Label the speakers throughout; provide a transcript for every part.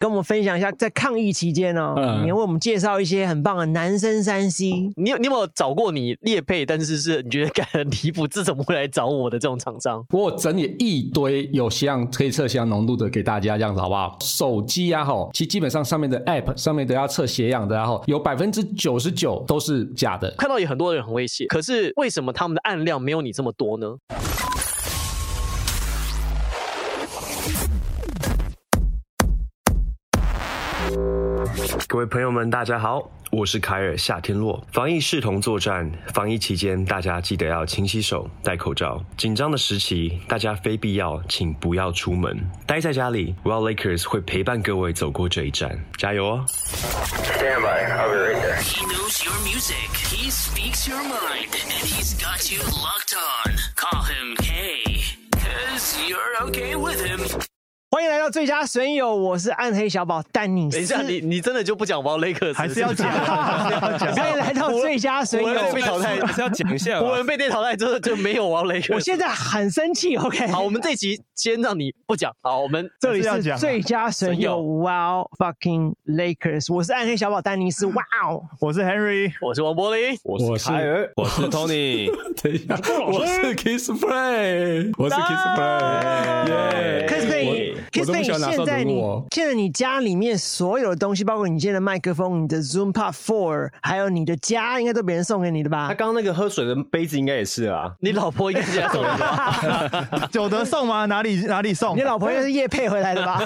Speaker 1: 跟我们分享一下，在抗疫期间哦，
Speaker 2: 嗯
Speaker 1: 你要为我们介绍一些很棒的男生三 C。
Speaker 3: 你有你有没有找过你列配，但是是你觉得干 很离谱，这怎么会来找我的这种厂商？
Speaker 2: 我整理一堆有血氧可以测血氧浓度的给大家，这样子好不好？手机啊，吼，其实基本上上面的 App 上面都要测血氧的、啊，然后有百分之九十九都是假的。
Speaker 3: 看到有很多人很会写，可是为什么他们的案量没有你这么多呢？
Speaker 4: 各位朋友们，大家好，我是凯尔夏天洛。防疫视同作战，防疫期间大家记得要勤洗手、戴口罩。紧张的时期，大家非必要请不要出门，待在家里。w e l l Lakers 会陪伴各位走过这一站，加油哦！
Speaker 5: Stand by. I'll be right there.
Speaker 6: He knows your music. He speaks your mind. And he's got you locked on. Call him K. Cause you're okay with him.
Speaker 1: 欢迎来到最佳损友，我是暗黑小宝丹尼斯。
Speaker 3: 等 一下，你你真的就不讲 w o l l a k e r
Speaker 7: 还是要讲，
Speaker 1: 欢迎来到最佳损
Speaker 3: 我
Speaker 1: 友
Speaker 3: 们。被淘汰
Speaker 7: 还是要讲一下 吧。
Speaker 3: 我们被电淘汰之后就没有 w o l l a k e r
Speaker 1: 我现在很生气，OK？
Speaker 3: 好，我们这集先让你不讲。好，我们
Speaker 1: 这里
Speaker 7: 还是要
Speaker 1: 是
Speaker 7: 讲啊
Speaker 1: 最佳损友
Speaker 3: 损
Speaker 1: ，Wow fucking Lakers，我是暗黑小宝丹尼斯，哇哦！
Speaker 7: 我是 Henry，
Speaker 3: 我是王柏林，
Speaker 8: 我是凯尔，我是 Tony，
Speaker 2: 等一下，我是 Kiss Play，我是 Kiss Play，耶
Speaker 1: 哎 Kiss Play，
Speaker 2: 我
Speaker 1: Kiss
Speaker 2: 都不
Speaker 1: Play，
Speaker 2: 想拿
Speaker 1: 现
Speaker 2: 上
Speaker 1: 在
Speaker 2: 礼
Speaker 1: 你
Speaker 2: 物哦。
Speaker 1: 现在你家里面所有的东西，包括你现在的麦克风、你的 Zoom Pod Four，还有你的家，应该都别人送给你的吧
Speaker 8: 他？刚刚那个喝水的杯子应该也是啊，
Speaker 3: 你老婆应该是在送你吧？
Speaker 7: 久德送吗？哪里哪里送哎
Speaker 1: 你？老婆又是叶配回来的 吧？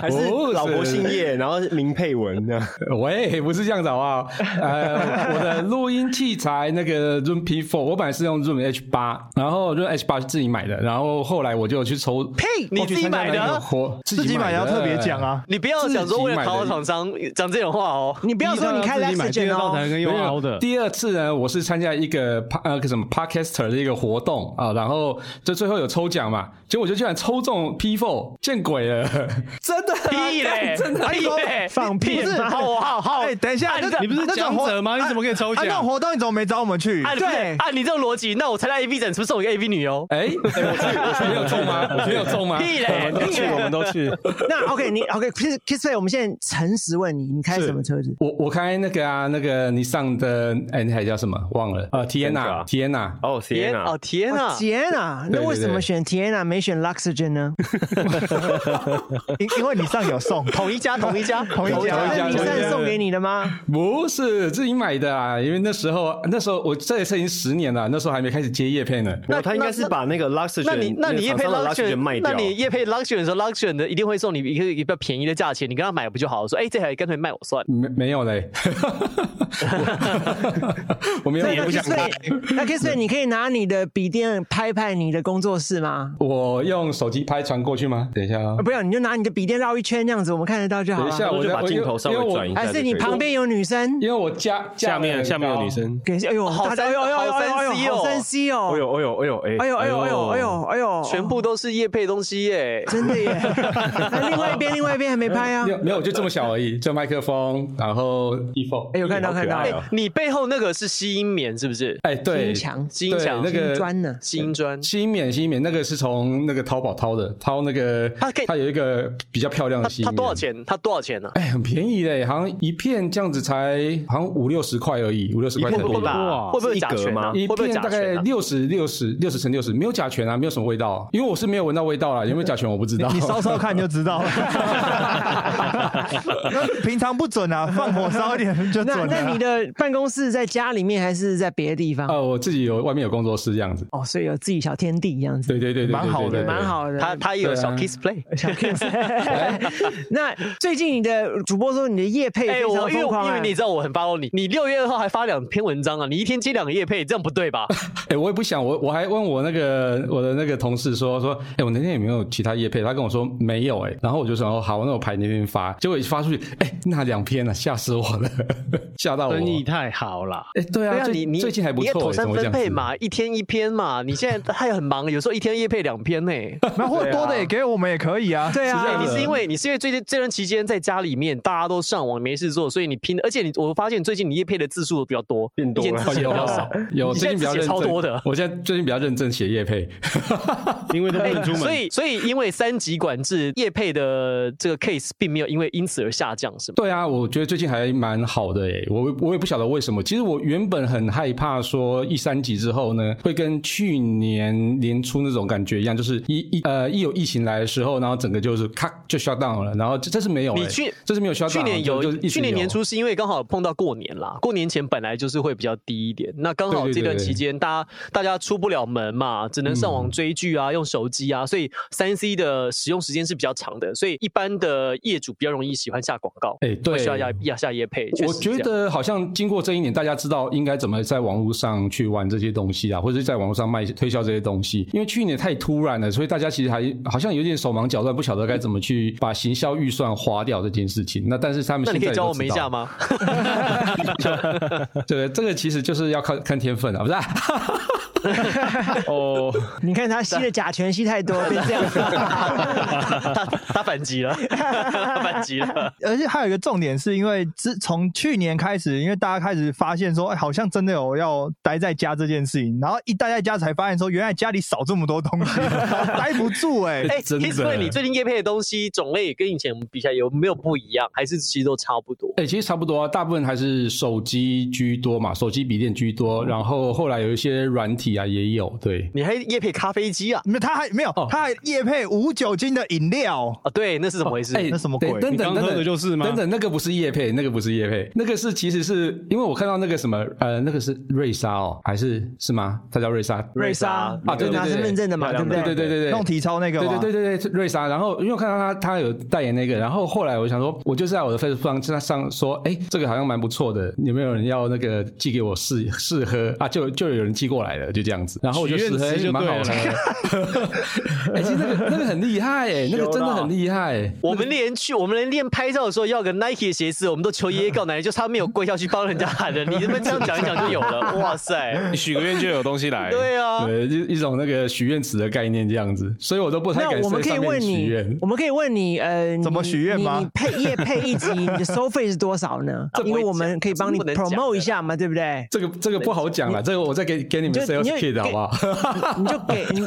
Speaker 8: 还是老婆姓叶，然后林佩文呢？
Speaker 2: 喂，不是这样子好不好？呃，我的录音器材那个 Room P4，我本来是用 Room H8，然后 Room H8 是自己买的，然后后来我就去抽，
Speaker 3: 呸你自己买的
Speaker 2: 活
Speaker 7: 自己买也要特别讲。啊。
Speaker 3: 你不要想说为了讨好厂商讲这种话哦。
Speaker 1: 你不要说你开
Speaker 7: 自己买
Speaker 1: Lexgen
Speaker 7: 道
Speaker 1: 哦，
Speaker 7: 跟
Speaker 2: 没有第二次呢，我是参加一个 pa- 呃什么 podcaster 的一个活动啊，然后就最后有抽奖嘛，结果我就居然抽中 P4，见鬼了！真的啊
Speaker 3: 屁嘞，
Speaker 2: 真的啊
Speaker 3: 屁嘞，
Speaker 1: 放屁
Speaker 3: 哎不是
Speaker 1: 吧
Speaker 3: 好好好，
Speaker 7: 哎，等一下，那你不是讲者吗？你怎么可以抽奖？哎那种活动你怎么没找我们去？
Speaker 3: 按
Speaker 1: 对
Speaker 3: 按啊你这种逻辑，那我参加 A V 展是不是送一个 A V 女优？
Speaker 2: 哎、哎我自己我自己没有中吗？我没有中吗？
Speaker 3: 屁嘞，屁嘞
Speaker 8: 们都去，
Speaker 1: 那 OK，你 OK，Kiss Kiss Play，我们现在诚实问你，你开什么车子？
Speaker 2: 我我开那个啊，那个你上的哎，那台叫什么？忘了啊
Speaker 8: 啊
Speaker 2: ，Tiana，Tiana，
Speaker 8: 哦，天
Speaker 3: 天
Speaker 8: 啊
Speaker 3: 哦，天
Speaker 1: 哦
Speaker 3: 啊！
Speaker 1: ，Tiana，
Speaker 2: 对
Speaker 1: 那
Speaker 2: 对
Speaker 1: 为什么
Speaker 2: 对
Speaker 1: 选 Tiana 没选 Luxgen 呢？
Speaker 7: 因因为你上有送，
Speaker 3: 同一家，同一家，同
Speaker 7: 一家
Speaker 2: 同一家
Speaker 1: 那你
Speaker 2: 同一
Speaker 1: 算
Speaker 2: 家
Speaker 1: 送给你的吗？
Speaker 2: 不是自己买的啊，因为那时候那时候我这也是已经十年了，那时候还没开始接叶片呢。
Speaker 8: 没有，他应该是把那个 Luxgen，
Speaker 3: 那你那你
Speaker 8: 也
Speaker 3: 叶
Speaker 8: 配
Speaker 3: 配
Speaker 8: Luxgen 卖掉
Speaker 3: 那，你叶配 Luxury 的时候，Luxury 的一定会送你一个一个便宜的价钱，你跟他买不就好了？说哎，这台干脆卖我算了。
Speaker 2: 没没有嘞， 我我没有，
Speaker 1: 那
Speaker 2: 我不想
Speaker 1: Kiss
Speaker 2: 开。
Speaker 1: Play，那 Kiss Play，你可以拿你的笔电拍拍你的工作室吗？
Speaker 2: 我用手机拍传过去吗？等一下啊
Speaker 1: 啊，，不要，你就拿你的笔电绕一圈，这样子我们看得到就好
Speaker 2: 等一下，
Speaker 1: 了。
Speaker 2: 我
Speaker 8: 就
Speaker 2: 在
Speaker 8: 把
Speaker 2: 我
Speaker 8: 镜头稍
Speaker 2: 因为
Speaker 8: 微
Speaker 2: 我
Speaker 8: 转移一下
Speaker 1: 还
Speaker 8: 就可
Speaker 1: 是
Speaker 8: 以了。
Speaker 1: 你旁边有女生？
Speaker 2: 因为我家
Speaker 8: 下面下面有女，
Speaker 2: 架
Speaker 8: 生，
Speaker 1: 给哎呦，
Speaker 3: 好
Speaker 1: 大家
Speaker 3: 三
Speaker 1: 哎呦哎呦
Speaker 3: 好
Speaker 1: 哎呦哎
Speaker 3: 三
Speaker 1: 呦，
Speaker 3: C 哦
Speaker 1: 好三 C 哦
Speaker 8: 哎，呦哎呦哎呦哎
Speaker 1: 哎呦哎呦哎呦哎呦哎呦，
Speaker 3: 全部都是叶配东西耶、
Speaker 1: 真的耶！那另外一边另外一边还没拍啊
Speaker 2: 没？有没有，就这么小而已，就麦克风，然后衣服。
Speaker 1: 哎，有看到看到
Speaker 8: 好可爱哦
Speaker 3: 你背后那个是吸音棉是不是？
Speaker 2: 哎，对，
Speaker 1: 金墙
Speaker 3: 吸音墙
Speaker 2: 对那个
Speaker 1: 金砖呢？
Speaker 3: 吸音砖，
Speaker 2: 吸棉，吸棉那个是从那个淘宝淘的，淘那个
Speaker 3: 它可以
Speaker 2: 有一个比较漂亮
Speaker 3: 它
Speaker 2: 的吸棉，
Speaker 3: 它多少？钱？它多少钱呢、啊？
Speaker 2: 哎，很便宜嘞，好像一片这样子才好像五六十块而已，五六十块
Speaker 8: 一
Speaker 2: 台
Speaker 8: 片
Speaker 2: 币
Speaker 8: 多大？
Speaker 3: 会不会
Speaker 8: 是一
Speaker 3: 甲
Speaker 8: 格
Speaker 3: 醛啊
Speaker 8: 吗？
Speaker 2: 一
Speaker 3: 会不会
Speaker 2: 片
Speaker 3: 甲
Speaker 2: 大
Speaker 3: 醛
Speaker 2: 概
Speaker 3: 啊
Speaker 2: 六十六十六十乘六十，没有甲醛啊，没有什么味道、啊，因为我是没有闻到味道啦，有没有甲醛我不知道。
Speaker 7: 你烧烧看就知道了。那平常不准啊，放火烧一点就准
Speaker 1: 那
Speaker 7: 了。
Speaker 1: 那你的办公室在家里面还是在别的地方？
Speaker 3: 哦
Speaker 2: 呃，我自己有外面有工作室这样子，
Speaker 1: 哦，所以有自己小天地这样子，
Speaker 2: 对对对对对对对，
Speaker 7: 蛮好的
Speaker 2: 对
Speaker 1: 蛮。好的。
Speaker 3: 它它也有小
Speaker 8: 啊
Speaker 3: kiss play。
Speaker 1: 小 case 那最近你的主播说你的夜配
Speaker 3: 哎、
Speaker 1: 非常
Speaker 3: 我因为
Speaker 1: 疯狂、
Speaker 3: 因为
Speaker 1: 哎
Speaker 3: 你知道我很 follow 你，你六月二号还发两篇文章啊，你一天接两个叶配，这样不对吧？
Speaker 2: 哎、我也不想，我我还问我那个我的那个同事说说，哎、我那天有没有其他业配？他跟我说没有、哎，然后我就想哦，好，那我排那边发。结果发出去，哎、那两篇啊，吓死我了，吓
Speaker 8: 啊
Speaker 2: 到我。
Speaker 7: 生意太好
Speaker 8: 哦
Speaker 7: 了，
Speaker 2: 哎、对啊，
Speaker 3: 对啊，
Speaker 2: 最
Speaker 3: 你你
Speaker 2: 最近还不
Speaker 3: 你也
Speaker 2: 错、
Speaker 3: 妥
Speaker 2: 哎
Speaker 3: 善
Speaker 2: 怎么这
Speaker 3: 分
Speaker 2: 样
Speaker 3: 配
Speaker 2: 子
Speaker 3: 嘛，一天一篇嘛。你现在他也很忙，有时候一天夜配两 篇呢。
Speaker 2: 啊
Speaker 7: 然后多的也给我们也可以啊。
Speaker 1: 对啊，
Speaker 3: 哎，你是因为你是因为最近这段期间在家里面大家都上网没事做，所以你拼，而且你我发现最近你夜配的字数比较多，
Speaker 8: 变多
Speaker 3: 一件字
Speaker 8: 了
Speaker 3: 写得比 较少，
Speaker 2: 有
Speaker 3: 你
Speaker 2: 最近
Speaker 3: 现
Speaker 2: 比较
Speaker 3: 在
Speaker 2: 认
Speaker 3: 字写
Speaker 2: 真
Speaker 3: 超多的。
Speaker 2: 我现在最近比较认真写叶配，
Speaker 7: 因为都
Speaker 2: 啊
Speaker 7: 不能
Speaker 8: 哎
Speaker 7: 出门，
Speaker 3: 哎所以，所以因为三级管制，业配的这个 case 并没有因为因此而下降，是吗？
Speaker 2: 对啊，我觉得最近还蛮好的诶、我我也不晓得为什么。其实我原本很害怕说一三级之后呢，会跟去年年初那种感觉一样，就是一一呃一有疫情来的时候，然后整个就是咔就 shut down 了，然后这这是没有、欸，
Speaker 3: 你去
Speaker 2: 这是没有 shut down，
Speaker 3: 去年
Speaker 2: 啊就
Speaker 3: 有
Speaker 2: 就，一直
Speaker 3: 去年
Speaker 2: 有
Speaker 3: 年初是因为刚好碰到过年啦，过年前本来就是会比较低一点，那刚好
Speaker 2: 对对
Speaker 3: 这段
Speaker 2: 对对
Speaker 3: 期间大家大家出不了门嘛，只能上网追剧啊，用手机啊，所以三 C 的使用时间是比较长的，所以一般的业主比较容易喜欢下广告，
Speaker 2: 哎对
Speaker 3: 会需要要要下业配，确
Speaker 2: 我
Speaker 3: 实是这
Speaker 2: 觉
Speaker 3: 样
Speaker 2: 得好像经过这一年，大家知道应该怎么在网络上去玩这些东西啊，或者是在网络上卖推销这些东西。因为去年太突然了，所以大家其实还好像有点手忙脚乱，不晓得该怎么去把行销预算花掉这件事情。那但是他们
Speaker 3: 那你
Speaker 2: 现在
Speaker 3: 可以教我们一下
Speaker 2: 吗？
Speaker 3: 吗？
Speaker 2: 对，这个其实就是要看看天分啊，不是、 啊？
Speaker 8: 哦，
Speaker 1: 你看他吸的甲醛吸太 多，变这样子。
Speaker 3: 他他反击 了，他反击了。
Speaker 7: 而且还有一个重点，是因为自从去年开始，因为大家开始发现说，哎，好像真的有要待在家这件事情，然后一待在家才发现说，原来家里少这么多东西，待不住哎、
Speaker 3: 哎
Speaker 2: 真的
Speaker 3: k i s s m a 你最近业配的东西种类跟以前比起来有没有不一样？还是其实都差不多？
Speaker 2: 哎、其实差不多、啊，大部分还是手机居多嘛，手机笔电居多，然后后来有一些软体啊也有，对。
Speaker 3: 你还业配咖啡机啊？
Speaker 7: 没有，他还没有，他还夜配无酒精的饮料，
Speaker 3: 啊，对，那是怎么回事？
Speaker 2: 哎
Speaker 7: 那什么鬼
Speaker 2: 对等等
Speaker 9: 你刚
Speaker 2: 等
Speaker 9: 喝
Speaker 2: 等，
Speaker 9: 的就是吗
Speaker 2: 等等，那个不是叶配，那个不是叶配，那个是其实是因为我看到那个什么呃，那个是瑞莎哦，还是是吗？它叫瑞莎
Speaker 1: 瑞莎
Speaker 2: 啊，对对对，
Speaker 1: 拿身份证的嘛，对不
Speaker 2: 对
Speaker 1: 对？
Speaker 2: 对对对对，
Speaker 7: 弄体操那个
Speaker 2: 对
Speaker 7: 嘛，
Speaker 2: 对对对对，瑞莎。然后因为我看到她，她有代言那个，然后后来我想说，我就在我的 Facebook 上上上说，哎，这个好像蛮不错的，有没有人要那个寄给我试试喝啊？就就有人寄过来了，就这样子。然后我就
Speaker 9: 许
Speaker 2: 试
Speaker 9: 愿
Speaker 2: 喝，
Speaker 9: 池
Speaker 2: 哎
Speaker 9: 就
Speaker 2: 蛮好喝。哎，其实那个那个很厉害哎，那个真的很厉害。
Speaker 3: 我们连去，我们连练拍照的时候要个 Nike 的鞋子，我们都求爷爷告奶奶，就差没有跪下去帮人家喊了。你他妈这样讲一讲就有了，哇塞！
Speaker 9: 你许个愿就有东西来。
Speaker 3: 对
Speaker 1: 哦
Speaker 3: 啊，
Speaker 2: 哎对，就一种那个许愿池的概念这样子，所以我都不太
Speaker 1: 那
Speaker 2: 敢
Speaker 1: 我们
Speaker 2: 在
Speaker 1: 可以
Speaker 2: 上
Speaker 1: 问
Speaker 2: 面许
Speaker 1: 你
Speaker 2: 愿，。
Speaker 1: 我们可以问你，呃，
Speaker 7: 怎么
Speaker 1: 你
Speaker 7: 许愿
Speaker 1: 你
Speaker 7: 吗
Speaker 1: 你配夜配一集，你的收费是多少呢
Speaker 3: 这？不
Speaker 1: 因
Speaker 3: 会
Speaker 1: 为我们
Speaker 3: 讲
Speaker 1: 可以帮
Speaker 3: 这
Speaker 1: 你
Speaker 3: 不能讲的
Speaker 1: promote 一下嘛，对不对？
Speaker 2: 这个这个不好讲了，这个我再给给你们
Speaker 1: 你就
Speaker 2: sales
Speaker 1: 你就
Speaker 2: kid 好不好？
Speaker 1: 你就给，你你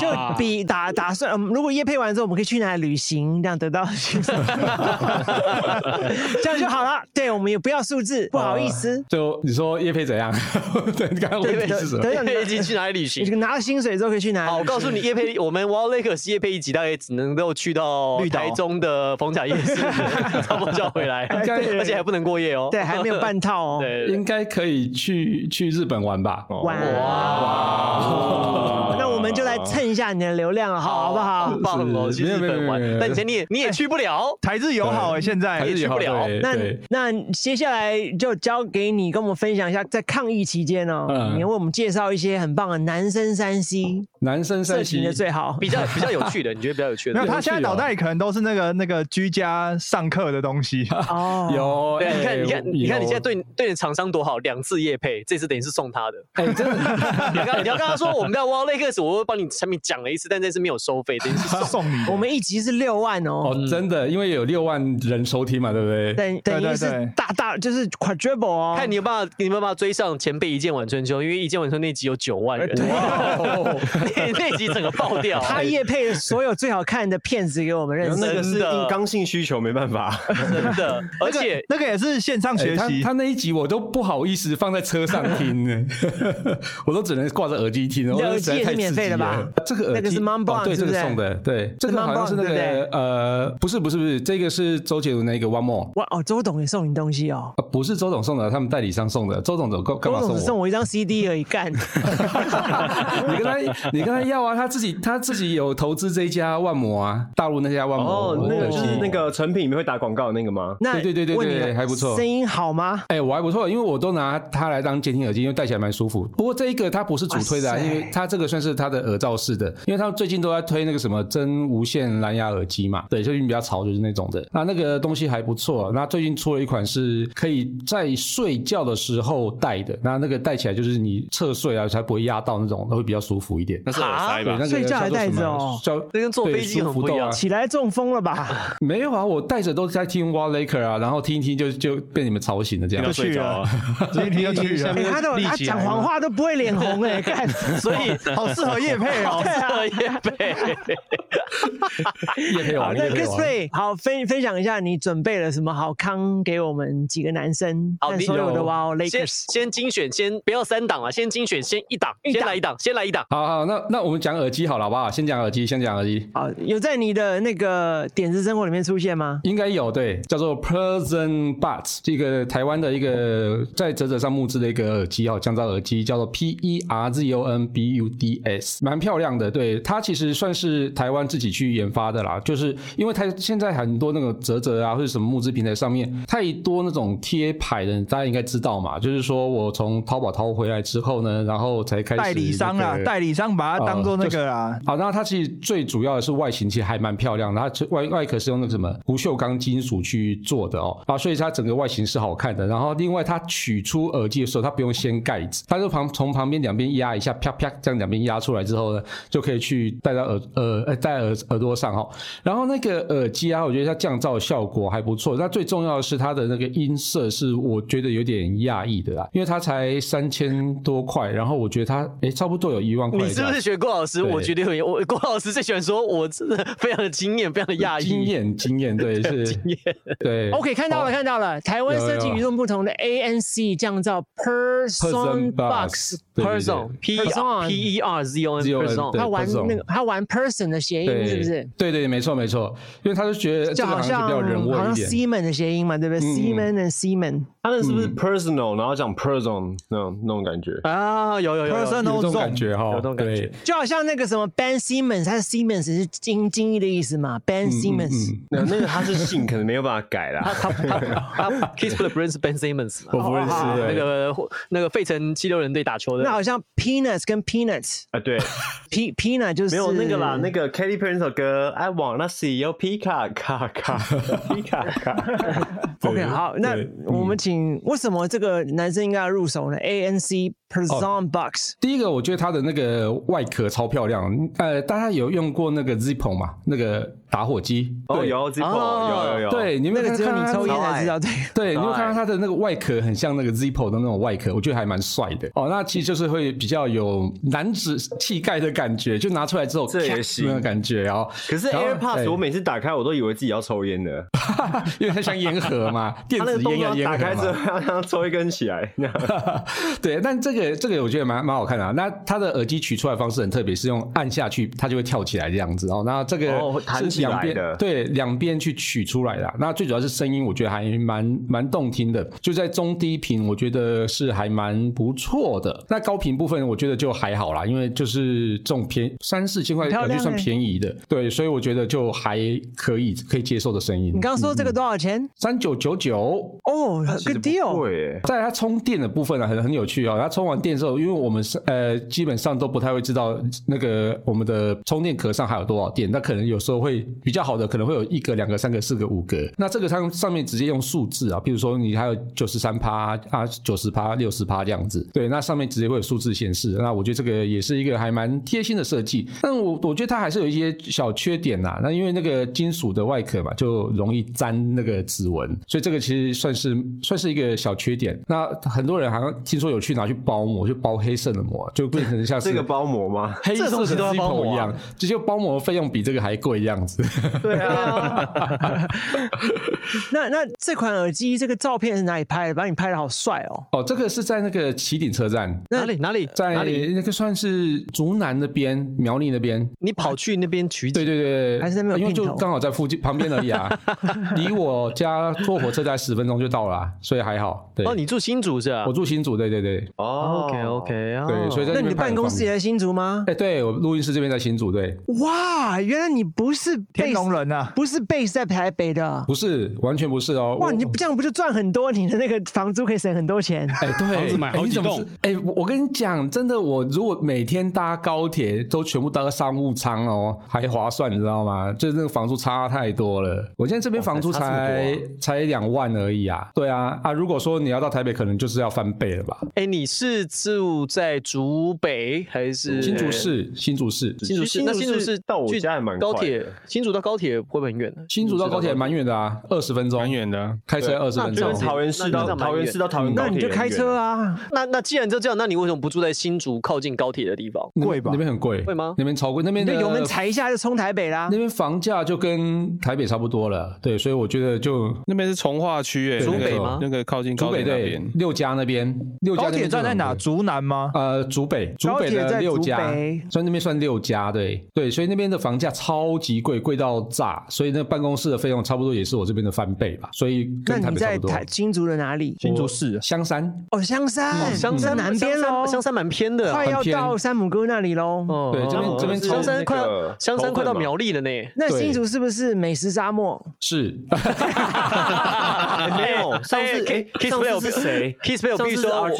Speaker 1: 就比打打算，嗯如果夜配完之后，我们可以去哪里旅行，这样得到这样就好了。对，我们也不要数字，不好意思。
Speaker 2: 呃就你说叶佩怎样？对，你刚刚问题是什么？
Speaker 1: 对
Speaker 3: 叶配一集去哪里旅 行
Speaker 1: 你？拿到薪水之后可以去哪里？
Speaker 3: 好，我告诉你，，叶配我们 Wild Lakers 叶配一集大概只能够去到
Speaker 7: 绿岛
Speaker 3: 台中的逢甲夜市， 差不多就要回来，
Speaker 2: 应该
Speaker 3: 而且还不能过夜哦。
Speaker 1: 对，还没有半套哦。
Speaker 3: 对，对
Speaker 2: 应该可以去去日本玩吧？
Speaker 3: 哦
Speaker 2: 哦
Speaker 1: 哇， 那我们就
Speaker 3: 哦
Speaker 1: 来蹭一下你的流量了，好好不好？
Speaker 3: 很棒哦，
Speaker 2: 是
Speaker 3: 去日本玩
Speaker 2: 没有没有没有没有，
Speaker 3: 但以前你也你也去不了。
Speaker 7: 台日友好哎、现在
Speaker 2: 还是
Speaker 3: 去不了
Speaker 2: 对
Speaker 1: 那
Speaker 2: 对
Speaker 1: 那接下来就交给你，跟我们分享一下，在抗疫期间哦，
Speaker 2: 嗯
Speaker 1: 你要为我们介绍一些很棒的男生三 C
Speaker 2: 男生
Speaker 1: 社
Speaker 2: 三
Speaker 1: 群
Speaker 2: 期
Speaker 1: 的最好。
Speaker 3: 比较比较有趣的，你觉得比较有趣
Speaker 7: 没
Speaker 3: 的
Speaker 7: 有，？
Speaker 2: 有
Speaker 7: 他
Speaker 2: 趣
Speaker 7: 现在脑
Speaker 2: 哦
Speaker 7: 袋里可能都是那个那个居家上课的东西，
Speaker 1: 哦，
Speaker 2: 有，
Speaker 3: 对啊，
Speaker 2: 哎
Speaker 3: 你看，你看，你看，你现在
Speaker 2: 有
Speaker 3: 对你对你厂商多好，两次业配，这次等于是送他的。
Speaker 2: 哎，真的
Speaker 3: 你要跟你要跟他说，我们在 Wow Lakers，我会帮你产品讲了一次，但这次没有收费，等于 是送。
Speaker 7: 送你的
Speaker 1: 我们一集是六万哦，
Speaker 2: 哦，真的，因为有六万人收听嘛，对不对？
Speaker 1: 等等于
Speaker 7: 对
Speaker 1: 是
Speaker 7: 对
Speaker 1: 大大就是 quadruple 哦。
Speaker 3: 看你有办法，你有没有办法追上前辈一见晚春秋，因为一见晚春秋那集有九万人， 那那集整个爆掉。
Speaker 1: 他夜配所有最好看的片子给我们认识。
Speaker 8: 那个是
Speaker 3: 真的
Speaker 8: 因刚性需求，没办法。
Speaker 3: 真的，而且
Speaker 7: 那个也是线上
Speaker 2: 哎
Speaker 7: 学
Speaker 2: 他
Speaker 7: 习。
Speaker 2: 他那一集我都不好意思放在车上听呢，我都只能挂着耳机听。我觉得实在
Speaker 1: 耳机也是
Speaker 2: 太刺激
Speaker 1: 免费的吧
Speaker 2: 了这个耳
Speaker 1: 那
Speaker 2: 机
Speaker 1: 个是 Mont
Speaker 2: 哦
Speaker 1: Blanc，
Speaker 2: 对，
Speaker 1: 是
Speaker 2: 这
Speaker 1: 不是
Speaker 2: 个送的，对，这个
Speaker 1: Mont
Speaker 2: 好像是那
Speaker 1: Blanc，对
Speaker 2: 个
Speaker 1: 不
Speaker 2: 呃，不是不是不是，这个是周杰伦那个 One More。
Speaker 1: 哇哦，周董也送你东西哦，
Speaker 2: 啊不是周董送的，他们代理商送的。周董怎么干
Speaker 1: 周
Speaker 2: 干嘛
Speaker 1: 董
Speaker 2: 送
Speaker 1: 只送
Speaker 2: 我？
Speaker 1: 我一张 CD 而已，干。
Speaker 2: 你跟他，你你刚才要啊，他自己他自己有投资这一家万魔啊，大陆那家万魔。
Speaker 8: 哦，那个就是
Speaker 2: 对
Speaker 8: 那个成品里面会打广告的那个吗？
Speaker 1: 那
Speaker 2: 对对对对
Speaker 1: 问你啊
Speaker 2: 对还不错
Speaker 1: 声音好吗？
Speaker 2: 哎、我还不错，因为我都拿它来当监听耳机，因为戴起来蛮舒服。不过这一个它不是主推的、啊，
Speaker 1: 哇塞
Speaker 2: 因为它这个算是它的耳罩式的，因为他们最近都在推那个什么真无线蓝牙耳机嘛，对，最近比较潮就是那种的。那那个东西还不错，那最近出了一款是可以在睡觉的时候戴的，那那个戴起来就是你侧睡啊才不会压到那种，那会比较舒服一点。啊
Speaker 9: 那是耳塞
Speaker 2: 对，那
Speaker 9: 吧
Speaker 2: 个？
Speaker 1: 睡觉
Speaker 2: 叫
Speaker 1: 还
Speaker 2: 做
Speaker 1: 戴
Speaker 2: 什
Speaker 1: 着
Speaker 2: 么
Speaker 1: 哦
Speaker 2: 叫
Speaker 3: 这跟坐
Speaker 2: 对
Speaker 3: 飞机
Speaker 2: 舒
Speaker 3: 很
Speaker 2: 服
Speaker 3: 不一
Speaker 2: 豆
Speaker 3: 样
Speaker 2: 啊
Speaker 1: 起来中风了吧？
Speaker 2: 没有啊，我戴着都在听 w a l l a k e r 啊，然后听一听就就被你们吵醒了这样
Speaker 9: 要。睡着啊，
Speaker 7: 今天要去了
Speaker 1: 哎，他都
Speaker 7: 立
Speaker 1: 他
Speaker 7: 起
Speaker 1: 讲
Speaker 7: 来了
Speaker 1: 谎话都不会脸红哎，啊看，
Speaker 3: 所以
Speaker 7: 好适合夜 配哦。
Speaker 3: 这也被
Speaker 2: 夜配
Speaker 1: 好，
Speaker 2: 王，
Speaker 1: 那
Speaker 2: 夜配
Speaker 1: Chris
Speaker 2: 王。
Speaker 1: Play，好分分享一下你准备了什么好康给我们几个男生，
Speaker 3: 好
Speaker 1: 和
Speaker 3: 你
Speaker 1: 所有的
Speaker 2: 有
Speaker 1: 哇哦 Lakers
Speaker 3: 先。先精选，先不要三档啊，先精选，先一档，
Speaker 1: 一档
Speaker 3: 先来一档，先来一档。
Speaker 2: 好好，那那我们讲耳机好了，好不好？先讲耳机，先讲耳机，
Speaker 1: 好，有在你的那个点子生活里面出现吗？
Speaker 2: 应该有对，叫做 Person Buds，这个台湾的一个在泽泽上募资的一个耳机哦，降噪耳机，叫做 P E R Z O N B U D S，蛮漂亮的。对，它其实算是台湾自己去研发的啦，就是因为它现在很多那个泽泽啊或者什么募资平台上面太多那种贴牌的，大家应该知道嘛，就是说我从淘宝淘回来之后呢，然后才开始
Speaker 7: 代理商啊啦
Speaker 2: 那，个
Speaker 7: 代理商把它当做那个啊啦，
Speaker 2: 好，那它其实最主要的是外形，其实还蛮漂亮的。它外外壳是用那个什么不锈钢金属去做的哦，啊，所以它整个外形是好看的。然后另外它取出耳机的时候，它不用掀盖子，它就旁从旁边两边压一下，啪啪这样两边压出来之后呢，就可以去戴到耳耳呃戴耳耳朵上哦。然后那个耳机啊，我觉得它降噪效果还不错。那最重要的是它的那个音色是我觉得有点讶异的啊啦，因为它才三千多块，然后我觉得它诶差不多有一万块这
Speaker 3: 你
Speaker 2: 样子。
Speaker 3: 是不是学郭老师？
Speaker 2: 对
Speaker 3: 我觉得有点，我郭老师最喜欢说，我真的非常的惊艳，非常的讶
Speaker 2: 经
Speaker 3: 异。
Speaker 2: 验，经 验，对，是经验，对。
Speaker 1: OK，看
Speaker 2: 哦
Speaker 1: 到了，看到了，台湾
Speaker 2: 有有
Speaker 1: 设计
Speaker 2: 有
Speaker 1: 与众不同的 ANC 降噪 Person
Speaker 2: Person
Speaker 1: Box
Speaker 2: Box。对对对
Speaker 3: Person P
Speaker 1: Person
Speaker 3: P E R Z O N
Speaker 2: Z-O-N，
Speaker 3: Person，
Speaker 2: 对
Speaker 1: 他玩
Speaker 2: Person
Speaker 1: 那个，他玩 person 的谐音
Speaker 2: 对，
Speaker 1: 是不是？
Speaker 2: 对对，没错没错，因为他就觉得这
Speaker 1: 就
Speaker 2: 个
Speaker 1: 好
Speaker 2: 行业
Speaker 1: 像
Speaker 2: 比较人
Speaker 1: 好
Speaker 2: 味
Speaker 1: 像
Speaker 2: 一点。
Speaker 1: seaman 的谐音嘛，对不对
Speaker 2: 嗯嗯
Speaker 1: ？seaman and seaman
Speaker 8: 他那是不是 personal，然后讲 person 那种那种感觉？
Speaker 3: 啊，有有有有，
Speaker 2: 有这
Speaker 7: personal
Speaker 2: 种
Speaker 7: zone
Speaker 2: 感觉
Speaker 3: 有
Speaker 2: 哈
Speaker 3: 这，种感觉
Speaker 2: 对，
Speaker 1: 就好像那个什么 Ben Simmons，他的 Simmons 是金金翼的意思嘛？Ben
Speaker 2: 嗯
Speaker 1: Simmons，
Speaker 2: 嗯，
Speaker 8: 那那个他是姓，可能没有办法改啦。
Speaker 3: 他他他 Kiss for the Prince Ben Simmons 嘛
Speaker 8: 我不认识
Speaker 3: 那
Speaker 8: 对
Speaker 3: 个那个费城七六人队打球的
Speaker 1: 那，好像 Peanuts 跟 Peanuts，P
Speaker 8: 啊，对，
Speaker 1: Peanut 就是
Speaker 8: 没有那个啦，那个 Katy Perry 那首歌，I wanna see your peacock，卡卡 peacock，卡
Speaker 1: OK，好，那
Speaker 2: 对嗯
Speaker 1: 我们请为什么这个男生应该要入手呢？ANC Person Box，
Speaker 2: 第一个我觉得它的那个外壳超漂亮，呃，大家有用过那个 Zippo 嘛？那个打火机，
Speaker 8: 哦，
Speaker 2: 对，
Speaker 8: 有 z i
Speaker 3: 哦
Speaker 8: 有有有，
Speaker 2: 对，你
Speaker 1: 那
Speaker 2: 们
Speaker 1: 个只有
Speaker 2: 看
Speaker 1: 你
Speaker 2: 它
Speaker 1: 抽烟
Speaker 2: 那个
Speaker 1: 才知道，对。
Speaker 2: 对，你有看到它的那个外壳很像那个 Zippo 的那种外壳，我觉得还蛮帅的哦。那其实就是会比较有男子气概的感觉，就拿出来之后
Speaker 8: 这也
Speaker 2: 咔
Speaker 8: 行
Speaker 2: 那种感觉哦。
Speaker 8: 可是
Speaker 2: 然后哎
Speaker 8: AirPods 我每次打开，我都以为自己要抽烟的。
Speaker 2: 因为它像烟盒嘛，电
Speaker 8: 他
Speaker 2: 子
Speaker 8: 那个动
Speaker 2: 烟
Speaker 8: 作
Speaker 2: 要烟
Speaker 8: 打开
Speaker 2: 盒
Speaker 8: 之
Speaker 2: 嘛。
Speaker 8: 后，让他抽一根起来，那样
Speaker 2: 对，但这个这个我觉得蛮蛮好看的、啊。那它的耳机取出来方式很特别，是用按下去它就会跳起来这样子哦。那这个
Speaker 8: 哦弹
Speaker 2: 是
Speaker 8: 起来
Speaker 2: 两边、
Speaker 8: 的
Speaker 2: 对两边去取出来的啊、那最主要是声音，我觉得还蛮蛮动听的，就在中低频，我觉得是还蛮不错的。那高频部分我觉得就还好啦，因为就是这种便三四千块
Speaker 1: 很漂
Speaker 2: 耳
Speaker 1: 亮
Speaker 2: 机算
Speaker 1: 欸
Speaker 2: 便宜的，对，所以我觉得就还可以可以接受的声音
Speaker 1: 你。刚刚说这个多少钱？
Speaker 2: 三九九九，
Speaker 1: 哦
Speaker 8: 其实
Speaker 1: ，good
Speaker 8: 不
Speaker 1: deal。
Speaker 8: 贵耶。
Speaker 2: 在它充电的部分呢、很很有趣哦。它充完电之后，因为我们是呃基本上都不太会知道那个我们的充电壳上还有多少电，那可能有时候会比较好的，可能会有一格、两格、三格、四格、五格。那这个上上面直接用数字啊，比如说你还有九十三趴啊、九十趴、六十趴这样子，对，那上面直接会有数字显示。那我觉得这个也是一个还蛮贴心的设计，但我我觉得它还是有一些小缺点啦、那因为那个金属的外壳嘛，就容易沾那个指纹，所以这个其实算是算是一个小缺点。那很多人好像听说有去拿去包膜，就包黑色的膜，就变成像是
Speaker 8: 这个包膜吗？
Speaker 2: 黑色
Speaker 3: 这东西
Speaker 2: 的
Speaker 3: 都要包膜
Speaker 2: Zippo
Speaker 3: 啊
Speaker 2: 一样，就就包膜费用比这个还贵样子。
Speaker 8: 对啊，
Speaker 1: 那那这款耳机这个照片是哪里拍的？把你拍的好帅哦！
Speaker 2: 哦，这个是在那个旗顶车站。
Speaker 3: 哪里哪里
Speaker 2: 在
Speaker 3: 哪里？
Speaker 2: 那个算是竹南那边，苗栗那边，
Speaker 3: 你跑去那边取
Speaker 2: 对
Speaker 3: 景，
Speaker 2: 对对，
Speaker 1: 还是没有
Speaker 2: 因为
Speaker 1: 尽
Speaker 2: 就
Speaker 1: 头
Speaker 2: 刚好在附近旁边而 已啊，离我家坐火车在十分钟就到了啊、所以还好。对，
Speaker 3: 哦，你住新竹是吧
Speaker 2: 我？住新竹，对对对，
Speaker 8: 啊哦，
Speaker 3: OK OK 啊，
Speaker 2: 对，所以在
Speaker 1: 那
Speaker 2: 这
Speaker 1: 你的
Speaker 2: 边拍
Speaker 1: 办
Speaker 2: 很
Speaker 1: 公
Speaker 2: 方
Speaker 1: 室
Speaker 2: 便
Speaker 1: 也在新竹吗？
Speaker 2: 哎，对我录音室这边在新竹，对，
Speaker 1: 哇，原来你不是
Speaker 7: 天
Speaker 1: base-
Speaker 7: 龙人啊，
Speaker 1: 不是 base 在台北的。啊
Speaker 2: 不是，完全不是哦。
Speaker 1: 哇，
Speaker 2: 我
Speaker 1: 你这样不就赚很多？你的那个房租可以省很多钱。
Speaker 2: 哎，
Speaker 9: 房
Speaker 2: 对，
Speaker 9: 子买
Speaker 2: 哎
Speaker 9: 好
Speaker 2: 你
Speaker 9: 几
Speaker 2: 怎么
Speaker 9: 栋
Speaker 2: 是哎，我我跟你讲，真的，我如果每天搭高铁都全部搭商务舱哦，还划算，你知道吗？就是那个房租差太多了。我现在这边房租
Speaker 8: 哇差这
Speaker 2: 才
Speaker 8: 么多啊
Speaker 2: 才两万而已啊。对啊，啊，如果说你要到台北，可能就是要翻倍了吧？
Speaker 3: 哎，你是住在竹北还是
Speaker 2: 新竹？市，新竹市，
Speaker 3: 新竹
Speaker 8: 其
Speaker 3: 市，
Speaker 8: 实
Speaker 3: 那
Speaker 8: 新
Speaker 3: 新
Speaker 8: 竹
Speaker 3: 竹
Speaker 8: 市
Speaker 3: 市
Speaker 8: 到我
Speaker 3: 去
Speaker 8: 家还蛮
Speaker 3: 高
Speaker 8: 快
Speaker 3: 铁
Speaker 8: 的，
Speaker 3: 新竹到高铁会不会很远？
Speaker 2: 新竹到高铁蛮远的啊，二十分钟，
Speaker 9: 蛮远的。
Speaker 2: 开车二十分
Speaker 8: 就
Speaker 2: 钟
Speaker 8: 跟。桃园市
Speaker 3: 那那
Speaker 8: 到
Speaker 3: 蛮远
Speaker 8: 桃园市到桃园高
Speaker 1: 那
Speaker 8: 铁，
Speaker 1: 你就开车
Speaker 8: 啊。
Speaker 1: 啊，
Speaker 3: 那那既然就这样，那你为什么不住在新竹靠近高铁的地方？
Speaker 2: 那边
Speaker 7: 贵吧
Speaker 2: 那边很贵，
Speaker 3: 贵吗
Speaker 2: 那边超贵，那边
Speaker 1: 你
Speaker 2: 的
Speaker 1: 就油门踩啊一下就冲台北啦
Speaker 2: 那。边房价就跟台北差不多了，对，所以我觉得就
Speaker 9: 那边是从化区诶，
Speaker 2: 竹
Speaker 9: 那个
Speaker 2: 北
Speaker 3: 吗
Speaker 9: 那个靠近
Speaker 2: 竹
Speaker 9: 高
Speaker 2: 北
Speaker 9: 铁那
Speaker 2: 对
Speaker 9: 边。
Speaker 2: 六家那边，六家
Speaker 7: 高
Speaker 2: 那边
Speaker 7: 铁站在哪？
Speaker 2: 哦就
Speaker 7: 竹南吗？
Speaker 2: 很贵？呃，竹北，竹
Speaker 1: 高
Speaker 2: 北
Speaker 1: 铁
Speaker 2: 的
Speaker 1: 在
Speaker 2: 六
Speaker 1: 竹
Speaker 2: 家
Speaker 1: 北，
Speaker 2: 所以那边算六家，对对，所以那边的房价超级贵，贵到炸，所以那办公室的费用差不多也是我这边的翻倍吧，所以
Speaker 1: 那
Speaker 2: 跟台
Speaker 1: 你
Speaker 2: 北差
Speaker 1: 在
Speaker 2: 不多。
Speaker 1: 台新竹的哪里？
Speaker 7: 新竹市
Speaker 2: 香山，
Speaker 1: 哦，香山，
Speaker 3: 香山
Speaker 1: 在南边喽
Speaker 3: 香，山香山蛮偏的啊。
Speaker 1: 快要
Speaker 2: 很偏
Speaker 1: 到山姆哥那里喽。
Speaker 3: 哦
Speaker 2: 对这边
Speaker 3: 哦
Speaker 2: 这边
Speaker 3: 香山快
Speaker 8: 那个
Speaker 3: 要香山快到苗栗了呢。
Speaker 1: 那
Speaker 2: 对
Speaker 1: 新竹是不是美食沙漠？
Speaker 2: 是
Speaker 8: 没有，上次哎，
Speaker 3: Kiss
Speaker 8: 上
Speaker 3: Bay
Speaker 8: 次是谁
Speaker 3: ？Kiss Bay 有必须说我
Speaker 8: R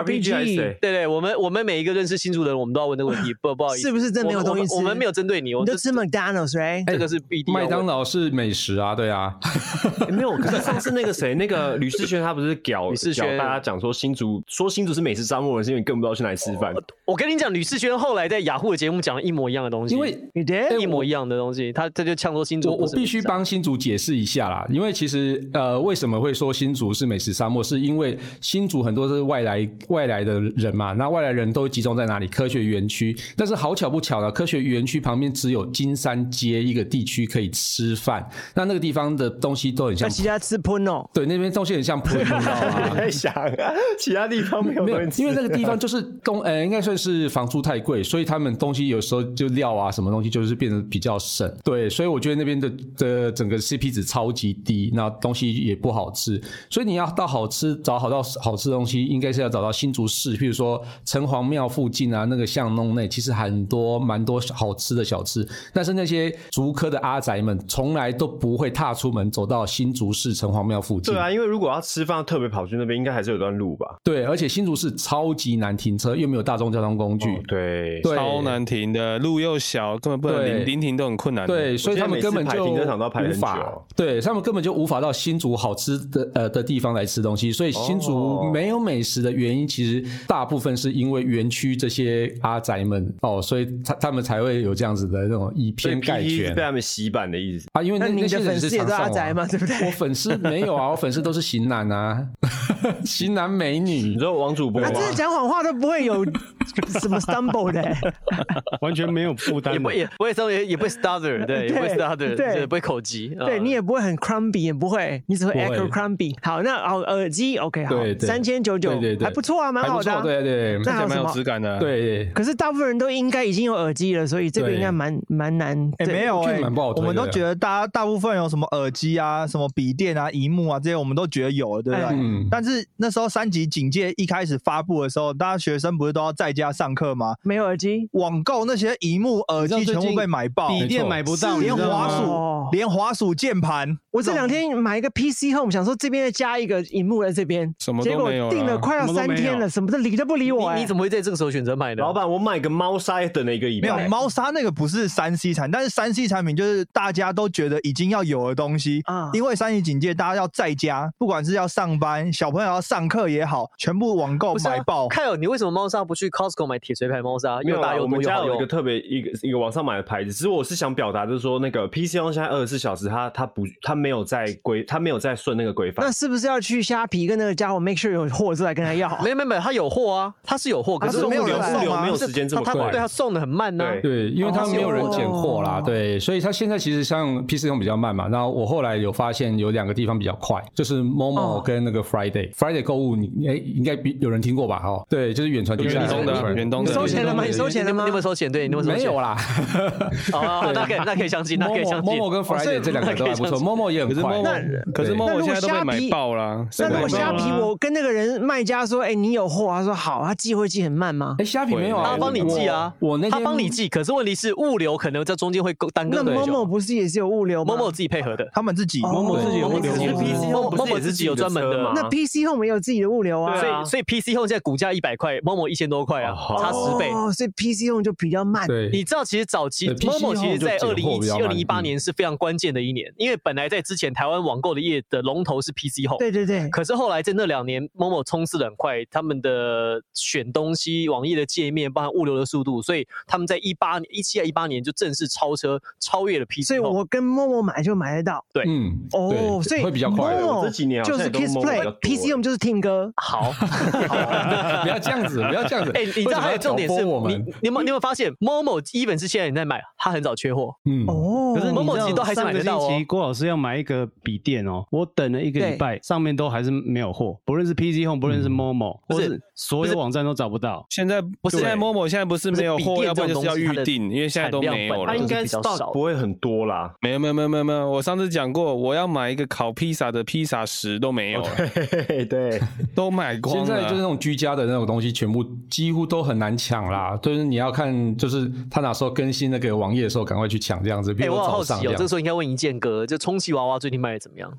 Speaker 8: R P G 还是谁？
Speaker 3: 对对，我们我们每一个认识新竹的人，我们都要问这个问题，不不好意思，
Speaker 1: 是不是真没有
Speaker 3: 我们
Speaker 1: 东西吃
Speaker 3: 我们我们没有针对你，我哎
Speaker 1: 你
Speaker 3: 们
Speaker 1: 就吃 McDonald's right？
Speaker 3: 这个是必定要
Speaker 2: 麦
Speaker 3: 问
Speaker 2: 当劳是美食啊，对 啊，
Speaker 8: 欸 没有，可是上次那个谁，那个吕世轩，他不是屌
Speaker 3: 吕世轩
Speaker 8: 屌大家讲说新竹，说新竹是美食沙漠，是因为你根本不知道去哪里吃饭。
Speaker 3: 我跟你讲，吕世轩后来在雅虎的节目讲了一模一样的东西，
Speaker 2: 因为
Speaker 1: 你的
Speaker 3: 一模一样的东西，他他就呛说新竹
Speaker 2: 我
Speaker 3: 不
Speaker 2: 我
Speaker 3: 是
Speaker 2: 必须
Speaker 3: 美食啊
Speaker 2: 帮新竹解释一下啦，因为其实呃，为什么会说新竹是美食沙漠，是因为新竹很多是外来外来的人嘛，那外来人都集中在哪里？科学园区。但是好巧不巧呢，科学园区旁边只有金山街一个地区可以吃饭，那那个地方的东西都很像
Speaker 1: 那，其他吃喷哦，
Speaker 2: 对，那边东西很 像普，你知道吗？
Speaker 8: 在想啊，其他地方没有
Speaker 2: 没有
Speaker 8: 东西，吃
Speaker 2: 因为那个地方就是东，呃，应该算是房租太贵，所以他们东西有时候就料啊，什么东西就是变得比较省。对，所以我觉得那边的的整个 CP 值超级低，那东西也不好吃。所以你要到好吃，找好到好吃的东西，应该是要找到新竹市，譬如说城隍庙附近啊，那个巷弄内其实很多蛮多好吃的小吃，但是那些竹科的阿宅们从来都不会踏出门走到新竹市城隍庙附近。
Speaker 8: 对啊，因为如果要吃饭，特别跑去那边，应该还是有段路吧？
Speaker 2: 对，而且新竹市超级难停车，又没有大众交通工具。
Speaker 8: 哦对，
Speaker 2: 对
Speaker 9: 超难停的，路又小，根本不能
Speaker 2: 对
Speaker 9: 临临停都很困难。
Speaker 2: 对，，所以他们根本
Speaker 8: 每次
Speaker 2: 就
Speaker 8: 排停车场都要排很
Speaker 2: 无
Speaker 8: 久哦
Speaker 2: 法，对他们根本就无法到新竹好吃的呃的地方来吃东西，所以新竹
Speaker 8: 哦
Speaker 2: 没有美食的原因，其实大部分是因为园区这些阿宅们哦，所以他他们才会有这样子的那种以
Speaker 8: 所以
Speaker 2: 偏概
Speaker 8: PT 是
Speaker 2: 全
Speaker 8: 被他们洗版的意思。
Speaker 2: 啊，因为
Speaker 1: 那
Speaker 2: 那
Speaker 1: 你
Speaker 2: 那
Speaker 1: 的
Speaker 2: 些人
Speaker 1: 粉丝
Speaker 2: 是
Speaker 1: 也
Speaker 2: 常
Speaker 1: 都
Speaker 2: 上
Speaker 1: 阿宅嘛
Speaker 2: 网
Speaker 1: 对不对
Speaker 2: 我粉丝没有啊，我粉丝都是型男啊， 型男美
Speaker 8: 你
Speaker 2: 女。
Speaker 8: 说王主播吗
Speaker 1: 他？真的啊讲谎话都不会有 什么 stumble 的、
Speaker 9: 完全没有负担
Speaker 3: 也不
Speaker 9: 的。
Speaker 3: 也不会稍微也不会 stutter，对，也不会 stutter，
Speaker 1: 对
Speaker 3: 对，不会口急，啊
Speaker 1: 对你也不会很 crumby，也不会，你只会
Speaker 2: 不会
Speaker 1: echo crumby。好，那哦耳机 OK 好
Speaker 2: 对，对
Speaker 1: 三千九九
Speaker 2: 对对对
Speaker 1: 还不错啊，蛮
Speaker 2: 还
Speaker 1: 好
Speaker 2: 不
Speaker 1: 的、
Speaker 2: 错，
Speaker 1: 啊。
Speaker 2: 对对
Speaker 1: 那还有
Speaker 9: 还蛮
Speaker 1: 什
Speaker 9: 有
Speaker 1: 么
Speaker 9: 质？感的，，
Speaker 2: 对，
Speaker 1: 可是大部分人都应该已经有耳机了，所以这个
Speaker 2: 对
Speaker 1: 应该蛮蛮难。
Speaker 7: 哎、
Speaker 1: 对
Speaker 7: 没有
Speaker 2: 我觉
Speaker 7: 哎、
Speaker 2: 得蛮不好推
Speaker 7: 我
Speaker 2: 的
Speaker 7: 们都觉得大家大部分有什么耳机啊、什么笔电啊、荧幕啊这些，我们都觉得有了，对不对？
Speaker 1: 哎
Speaker 2: 嗯
Speaker 7: 但是那时候三级警戒一开始发布的时候，大家学生不是都要在家上课吗？
Speaker 1: 没有耳机，
Speaker 7: 网购那些荧幕、耳
Speaker 9: 你
Speaker 7: 机
Speaker 9: 知
Speaker 7: 全
Speaker 9: 道最近
Speaker 7: 部被买爆，
Speaker 9: 笔
Speaker 7: 没
Speaker 9: 电
Speaker 7: 错
Speaker 9: 买不到
Speaker 7: 是
Speaker 9: 你
Speaker 7: 连
Speaker 9: 知道吗
Speaker 7: 滑
Speaker 1: 哦
Speaker 7: 鼠、连滑鼠键盘，
Speaker 1: 我这两天买一个 PC Home，想说这边再加一个荧幕在这边，
Speaker 9: 什么都
Speaker 1: 结果
Speaker 9: 没有啦
Speaker 1: 订了快要
Speaker 9: 什么都
Speaker 1: 三
Speaker 9: 没有
Speaker 1: 天了，什么都理都不理我、哎
Speaker 3: 你你怎么会在这个时候选择买呢？
Speaker 8: 老板，我买个猫砂等了一个礼
Speaker 7: 没有
Speaker 8: 拜。
Speaker 7: 猫砂那个不是三 C 产品，但是三 C 产品就是大家都觉得已经要有的东西
Speaker 1: 啊
Speaker 7: 因为三级警戒，大家要在家，不管是要上班、小朋友要上课也好，全部网购
Speaker 3: 不是啊
Speaker 7: 买爆。
Speaker 3: 凯尔，你为什么猫砂不去 Costco 买铁锤牌猫砂？
Speaker 8: 没有
Speaker 3: 又
Speaker 8: 啦，
Speaker 3: 大
Speaker 8: 我
Speaker 3: 又
Speaker 8: 们
Speaker 3: 多又
Speaker 8: 家
Speaker 3: 好
Speaker 8: 有一个
Speaker 3: 用。
Speaker 8: 特别一个一个网上买的牌子，只是我是想表达就是说，那个 PC 用现在二十四小时它，它不它没有在规，它没有在顺那个规范
Speaker 1: 那。是不是要去虾皮跟那个家伙 make sure 有货之后来跟他要？
Speaker 3: 没有没有没有，他有货啊，他是有货，可
Speaker 7: 它
Speaker 3: 是
Speaker 7: 是
Speaker 3: 物
Speaker 7: 没有
Speaker 3: 流
Speaker 7: 人送
Speaker 10: 啊
Speaker 3: 物流
Speaker 7: 吗
Speaker 8: 没有
Speaker 3: 是
Speaker 8: 时间这么
Speaker 3: 他他
Speaker 8: 快
Speaker 3: 对他送的很慢呢。
Speaker 8: 对
Speaker 2: 对，因为
Speaker 3: 哦
Speaker 2: 他没有人拣货啦，
Speaker 1: 哦
Speaker 2: 对，所以他现在其实像 PC 用比较慢嘛。然后我后来有发现有两个地方比较快，就是 Momo
Speaker 1: 哦
Speaker 2: 跟那个 Friday。Friday 购物你哎应该比有人听过吧？哦，对，就是远传地下
Speaker 9: 远东的，远东的，
Speaker 1: 你收钱了吗你收钱
Speaker 3: 你
Speaker 1: 了
Speaker 3: 们
Speaker 1: 吗
Speaker 3: 你们收钱？对，你们
Speaker 2: 没有啦。
Speaker 3: 哦，那可以那可以相信，那可以
Speaker 2: Momo
Speaker 3: 相信。
Speaker 2: Momo 跟
Speaker 3: 哦所以
Speaker 2: Friday 这两个
Speaker 3: 那可
Speaker 2: 都
Speaker 3: 以
Speaker 2: 还不错
Speaker 3: 相信
Speaker 2: ，Momo 也也很
Speaker 9: 可是
Speaker 2: 快。
Speaker 9: Momo，可是
Speaker 2: 对
Speaker 9: Momo
Speaker 1: 那如
Speaker 9: 现
Speaker 1: 果
Speaker 9: 在都
Speaker 1: 虾
Speaker 9: 被
Speaker 1: 皮
Speaker 9: 买爆啦。
Speaker 1: 那如果
Speaker 9: 被买
Speaker 1: 虾
Speaker 9: 爆啦
Speaker 1: 皮，我跟那个人卖家说，哎，你有货？他说好，他寄会寄很慢吗？
Speaker 2: 哎，虾皮没有啊，
Speaker 9: 他
Speaker 3: 他帮你寄啊，
Speaker 2: 我我那
Speaker 3: 他
Speaker 2: 天
Speaker 3: 帮你寄，可是问题是物流可能在中间会够耽搁
Speaker 1: 那
Speaker 3: 很久。
Speaker 1: 某某不是也是有物流吗？
Speaker 3: 某某自己配合的，
Speaker 7: 他们自己
Speaker 1: 哦
Speaker 2: 某自己有物
Speaker 1: 哦
Speaker 2: 流公司
Speaker 8: PC
Speaker 3: 某某
Speaker 8: 后不是也是
Speaker 3: 自己有专门的
Speaker 8: 自己的车吗
Speaker 1: 那 PC 后面有自己的物流啊，
Speaker 3: 所以所以 PC Home 现在股价一百块，某某一千多块啊，
Speaker 8: 哦
Speaker 3: 差十倍。
Speaker 1: 哦，所以 PC 用就比较慢。
Speaker 2: 对，
Speaker 3: 啊你知道，其实早期
Speaker 2: 对 PC
Speaker 3: Momo 其实，在
Speaker 2: 后就
Speaker 3: 二
Speaker 2: 进
Speaker 3: 零
Speaker 2: 货
Speaker 3: 一
Speaker 2: 比
Speaker 3: 七、
Speaker 2: 较
Speaker 3: 二
Speaker 2: 慢
Speaker 3: 零一八年是非常关键的一年，因为本来在之前台湾网购的业的龙头是 PC Home，
Speaker 1: 对对对，
Speaker 3: 可是后来在那两年，Momo 冲刺的很快，他们的选东西、网页的界面，包含物流的速度，所以他们在一八一七啊一八年就正式超车，超越了 PC。
Speaker 1: 所以我跟某某买就买得到。
Speaker 2: 嗯，
Speaker 1: 哦，
Speaker 2: 对
Speaker 1: 所以
Speaker 2: 会比较快。
Speaker 1: 某某
Speaker 8: 我这几年好
Speaker 1: 就
Speaker 8: 像
Speaker 1: 是
Speaker 8: 也都
Speaker 1: Kiss
Speaker 8: 某某比较多
Speaker 1: Play，PC 用就是 Tim 哥。
Speaker 3: 好，
Speaker 2: 不要这样子，不要这样子。
Speaker 3: 哎、你知
Speaker 2: 为
Speaker 3: 道
Speaker 2: 什么
Speaker 3: 还有
Speaker 2: 要
Speaker 3: 重点是
Speaker 2: 挑拨
Speaker 3: 你，
Speaker 2: 我们
Speaker 3: 你有没有你有没有发现，Momo even 是现在你在买，它很早缺货，
Speaker 2: 嗯，
Speaker 1: 哦，
Speaker 10: 可是
Speaker 3: 某
Speaker 10: 你
Speaker 3: 某
Speaker 10: 知
Speaker 3: 集
Speaker 10: 道
Speaker 3: 都还是
Speaker 10: 上
Speaker 3: 买
Speaker 10: 个
Speaker 3: 得到
Speaker 10: 星
Speaker 3: 哦
Speaker 10: 期郭老师要买一个笔电哦，我等了一个
Speaker 1: 对
Speaker 10: 礼拜，上面都还是没有货，不论是 PC Home，不论
Speaker 8: 嗯
Speaker 10: 是 Momo，
Speaker 3: 不
Speaker 10: 或
Speaker 3: 是
Speaker 10: 是所
Speaker 3: 不是
Speaker 10: 有网站都找不到。
Speaker 9: 现在
Speaker 3: 不
Speaker 9: 不
Speaker 3: 是
Speaker 9: 现在 Momo 现在不是没有
Speaker 3: 不是笔
Speaker 9: 货，
Speaker 3: 电
Speaker 9: 要不然就是要
Speaker 3: 这
Speaker 9: 预
Speaker 3: 种东西
Speaker 9: 定，因为现在都没有
Speaker 3: 它
Speaker 9: 了
Speaker 8: 它
Speaker 3: 的。
Speaker 8: 应该
Speaker 3: 比较少
Speaker 8: stock 不会很多啦。
Speaker 9: 没有没有没有没有没有，我上次讲过，我要买一个烤披萨的披萨石都没有了，
Speaker 8: 嘿嘿，对，
Speaker 9: 都买光
Speaker 2: 现
Speaker 9: 了。
Speaker 2: 在就是那种居家的那种东西，全部几乎都很难抢啦。就是你要看，就是他哪时候更新那个网页的时候，赶快去抢这样子。比
Speaker 3: 哎、
Speaker 2: 如
Speaker 3: 我
Speaker 2: 说
Speaker 3: 好
Speaker 2: 早
Speaker 3: 好奇
Speaker 2: 上这
Speaker 3: 哦，这
Speaker 2: 样
Speaker 3: 个时，候应该问一健哥，就充气娃娃最近卖的怎么 样？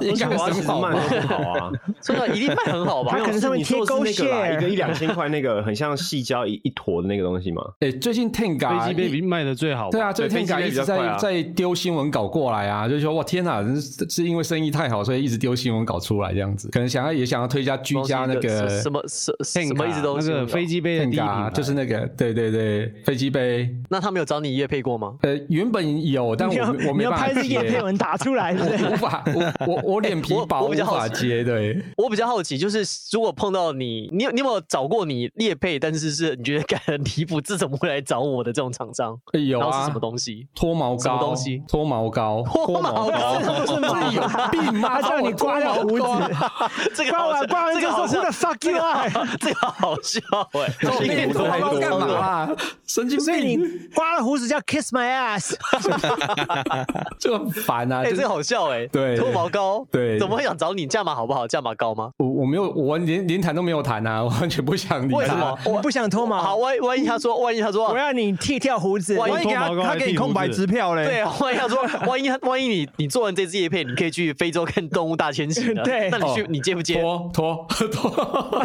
Speaker 2: 应该
Speaker 8: 我要其
Speaker 2: 很
Speaker 8: 实
Speaker 2: 好
Speaker 8: 卖
Speaker 2: 吧？
Speaker 8: 都不好啊，
Speaker 3: 充气娃娃一定卖很 好吧？
Speaker 1: 他可能上面
Speaker 8: 你
Speaker 1: 贴
Speaker 8: 说
Speaker 1: 勾
Speaker 8: 的是那个啦，一个
Speaker 1: 线。
Speaker 8: 一两千块那个，很像细胶一一坨的那个东 西嘛。
Speaker 2: 哎，最近 Tenga
Speaker 10: 飞机 baby 卖的最好吧，
Speaker 2: 对啊，最
Speaker 8: 对
Speaker 2: 近 Tenga 一直
Speaker 8: 飞机杯比较快
Speaker 2: 在
Speaker 8: 啊
Speaker 2: 在丢新闻稿过来啊，就是说哇天哪，是是因为生意太好，所以一直丢新闻稿出来这样子。可能想要也想要推加居家那个
Speaker 3: 什么什什
Speaker 10: Tenga，
Speaker 3: 什么意思都
Speaker 10: 那
Speaker 3: 是
Speaker 8: 呃
Speaker 10: 个飞机杯的第一品
Speaker 2: Tenga，
Speaker 10: 牌
Speaker 2: 就是那个对对对飞机杯。
Speaker 3: 那他们有找你夜配过吗？
Speaker 2: 呃，原本有，但
Speaker 1: 你要
Speaker 2: 我没我
Speaker 1: 你
Speaker 2: 没
Speaker 1: 要
Speaker 2: 办
Speaker 1: 拍
Speaker 2: 法
Speaker 1: 这叶
Speaker 2: 接
Speaker 1: 片。文打出来，对不 对？
Speaker 2: 我无 法，我我我脸皮
Speaker 3: 哎我
Speaker 2: 薄，
Speaker 3: 我
Speaker 2: 无
Speaker 3: 比较好
Speaker 2: 法
Speaker 3: 奇
Speaker 2: 接。对，
Speaker 3: 我比较好奇，就是如果碰到你，你有你有没有找过你猎配，但是是你觉得 感很离谱，这怎么会来找我的这种厂商？
Speaker 2: 欸有
Speaker 3: 然后
Speaker 2: 啊，
Speaker 3: 是什么东西？
Speaker 2: 脱毛膏，
Speaker 3: 什么东西
Speaker 2: 脱毛膏，
Speaker 3: 脱毛膏，
Speaker 2: 这有病吗？
Speaker 1: 他叫你刮掉胡子，
Speaker 3: 这
Speaker 7: 啊
Speaker 3: 个
Speaker 1: 刮
Speaker 3: 好
Speaker 1: 完
Speaker 3: 笑，
Speaker 1: 刮完
Speaker 3: 这
Speaker 1: 就
Speaker 3: 个
Speaker 1: 说
Speaker 3: 好
Speaker 1: Who
Speaker 3: 笑
Speaker 1: the，fuck you are？
Speaker 3: 这个好笑哎，
Speaker 2: 我那个脱毛膏干嘛啦？神经
Speaker 1: 所以
Speaker 2: 病，
Speaker 1: 你刮了胡子叫 kiss my ass，
Speaker 2: 就很烦啊！
Speaker 3: 哎，
Speaker 2: 就
Speaker 3: 这
Speaker 2: 是
Speaker 3: 个好笑哎，
Speaker 2: 对
Speaker 3: 脱毛膏，
Speaker 2: 对
Speaker 3: 怎么会想找你？价码好不好？价码高吗？
Speaker 2: 我我没有，我连连谈都没有谈啊，我完全不想理
Speaker 3: 为什
Speaker 2: 他
Speaker 3: 么。？
Speaker 1: 我不想脱
Speaker 3: 好，啊
Speaker 1: 毛，
Speaker 3: 万一万一他说，万一他说
Speaker 1: 我，要你剃掉胡子。
Speaker 3: 万
Speaker 7: 万一给他
Speaker 10: 脱毛膏
Speaker 7: 他
Speaker 10: 还
Speaker 7: 给你
Speaker 10: 剃胡
Speaker 7: 空白
Speaker 10: 子
Speaker 7: 支票嘞，
Speaker 3: 对，啊万一他说，万一他万一你你做完这支叶片，你可以去非洲看动物大迁徙的，
Speaker 1: 对
Speaker 3: 那你去
Speaker 2: 哦
Speaker 3: 你接不接？
Speaker 2: 脱脱脱，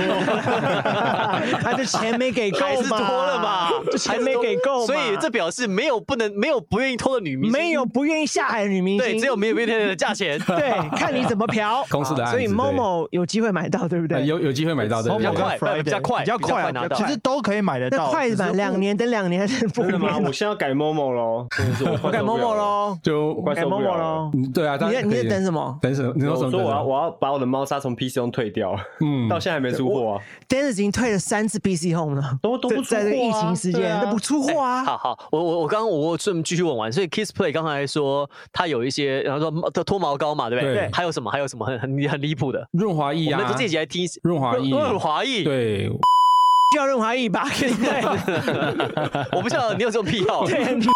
Speaker 1: 他的啊钱没给够嘛，
Speaker 3: 还是多了 吧，
Speaker 1: 这钱没给够嘛，
Speaker 3: 所以这表示没有不能没有不愿意偷的女明星，
Speaker 1: 没有不愿意下海的女明星，
Speaker 3: 对，只有没有变天的价钱。
Speaker 1: 对，看你怎么嫖。
Speaker 2: 公司的案子
Speaker 1: 所以
Speaker 2: 对
Speaker 1: Momo 有机会买到，对不
Speaker 2: 呃
Speaker 1: 对？
Speaker 2: 有有机会买到，对
Speaker 3: 比较
Speaker 2: 对对
Speaker 3: 快比较快
Speaker 7: 比较
Speaker 3: 比较
Speaker 7: 快
Speaker 3: 快
Speaker 7: 啊
Speaker 3: 拿到
Speaker 7: 其实都可以买得
Speaker 1: 那
Speaker 7: 到，
Speaker 1: 快
Speaker 7: 只是
Speaker 1: 买两年，等两年还是不
Speaker 8: 真的吗？
Speaker 1: 免
Speaker 8: 我现在要改 Momo 喽，真的是啊我
Speaker 1: 我
Speaker 8: 我
Speaker 1: 改 Momo，喽，
Speaker 2: 就
Speaker 8: 我快
Speaker 1: 改
Speaker 8: 受不
Speaker 1: Momo
Speaker 8: 了了
Speaker 1: 喽。。
Speaker 2: 嗯对啊，当
Speaker 1: 你在
Speaker 2: 然
Speaker 1: 你
Speaker 2: 可以
Speaker 1: 在等什么
Speaker 2: 等什么？你
Speaker 8: 我
Speaker 2: 说什
Speaker 8: 说
Speaker 2: 么？等
Speaker 8: 我
Speaker 2: 什
Speaker 8: 要
Speaker 2: 么
Speaker 8: 我要把我的猫砂从 PC 中退掉，
Speaker 2: 嗯
Speaker 8: 到现在还没出货啊，
Speaker 1: ？Dennis 已经退了三次 BC Home 了，
Speaker 8: 都都不出货啊
Speaker 1: 在在这个疫情时
Speaker 8: 对
Speaker 1: 间
Speaker 8: 啊
Speaker 1: 都不出货啊。
Speaker 3: 好好，我我我刚刚我顺便继续问完，所以 Kiss Play 刚才说它有一些，然后说呃脱脱毛膏嘛，对不对？
Speaker 2: 对
Speaker 3: 还有什么？还有什么很很很离谱的？
Speaker 2: 润滑液
Speaker 3: 我们
Speaker 2: 啊
Speaker 3: 就，这一集来听一
Speaker 2: 润滑液，
Speaker 3: 润滑液。，
Speaker 2: 对，
Speaker 1: 需要润滑液吧？对不对，
Speaker 3: 我不知道你有这种癖 好。
Speaker 10: 啊
Speaker 1: 人
Speaker 3: 啊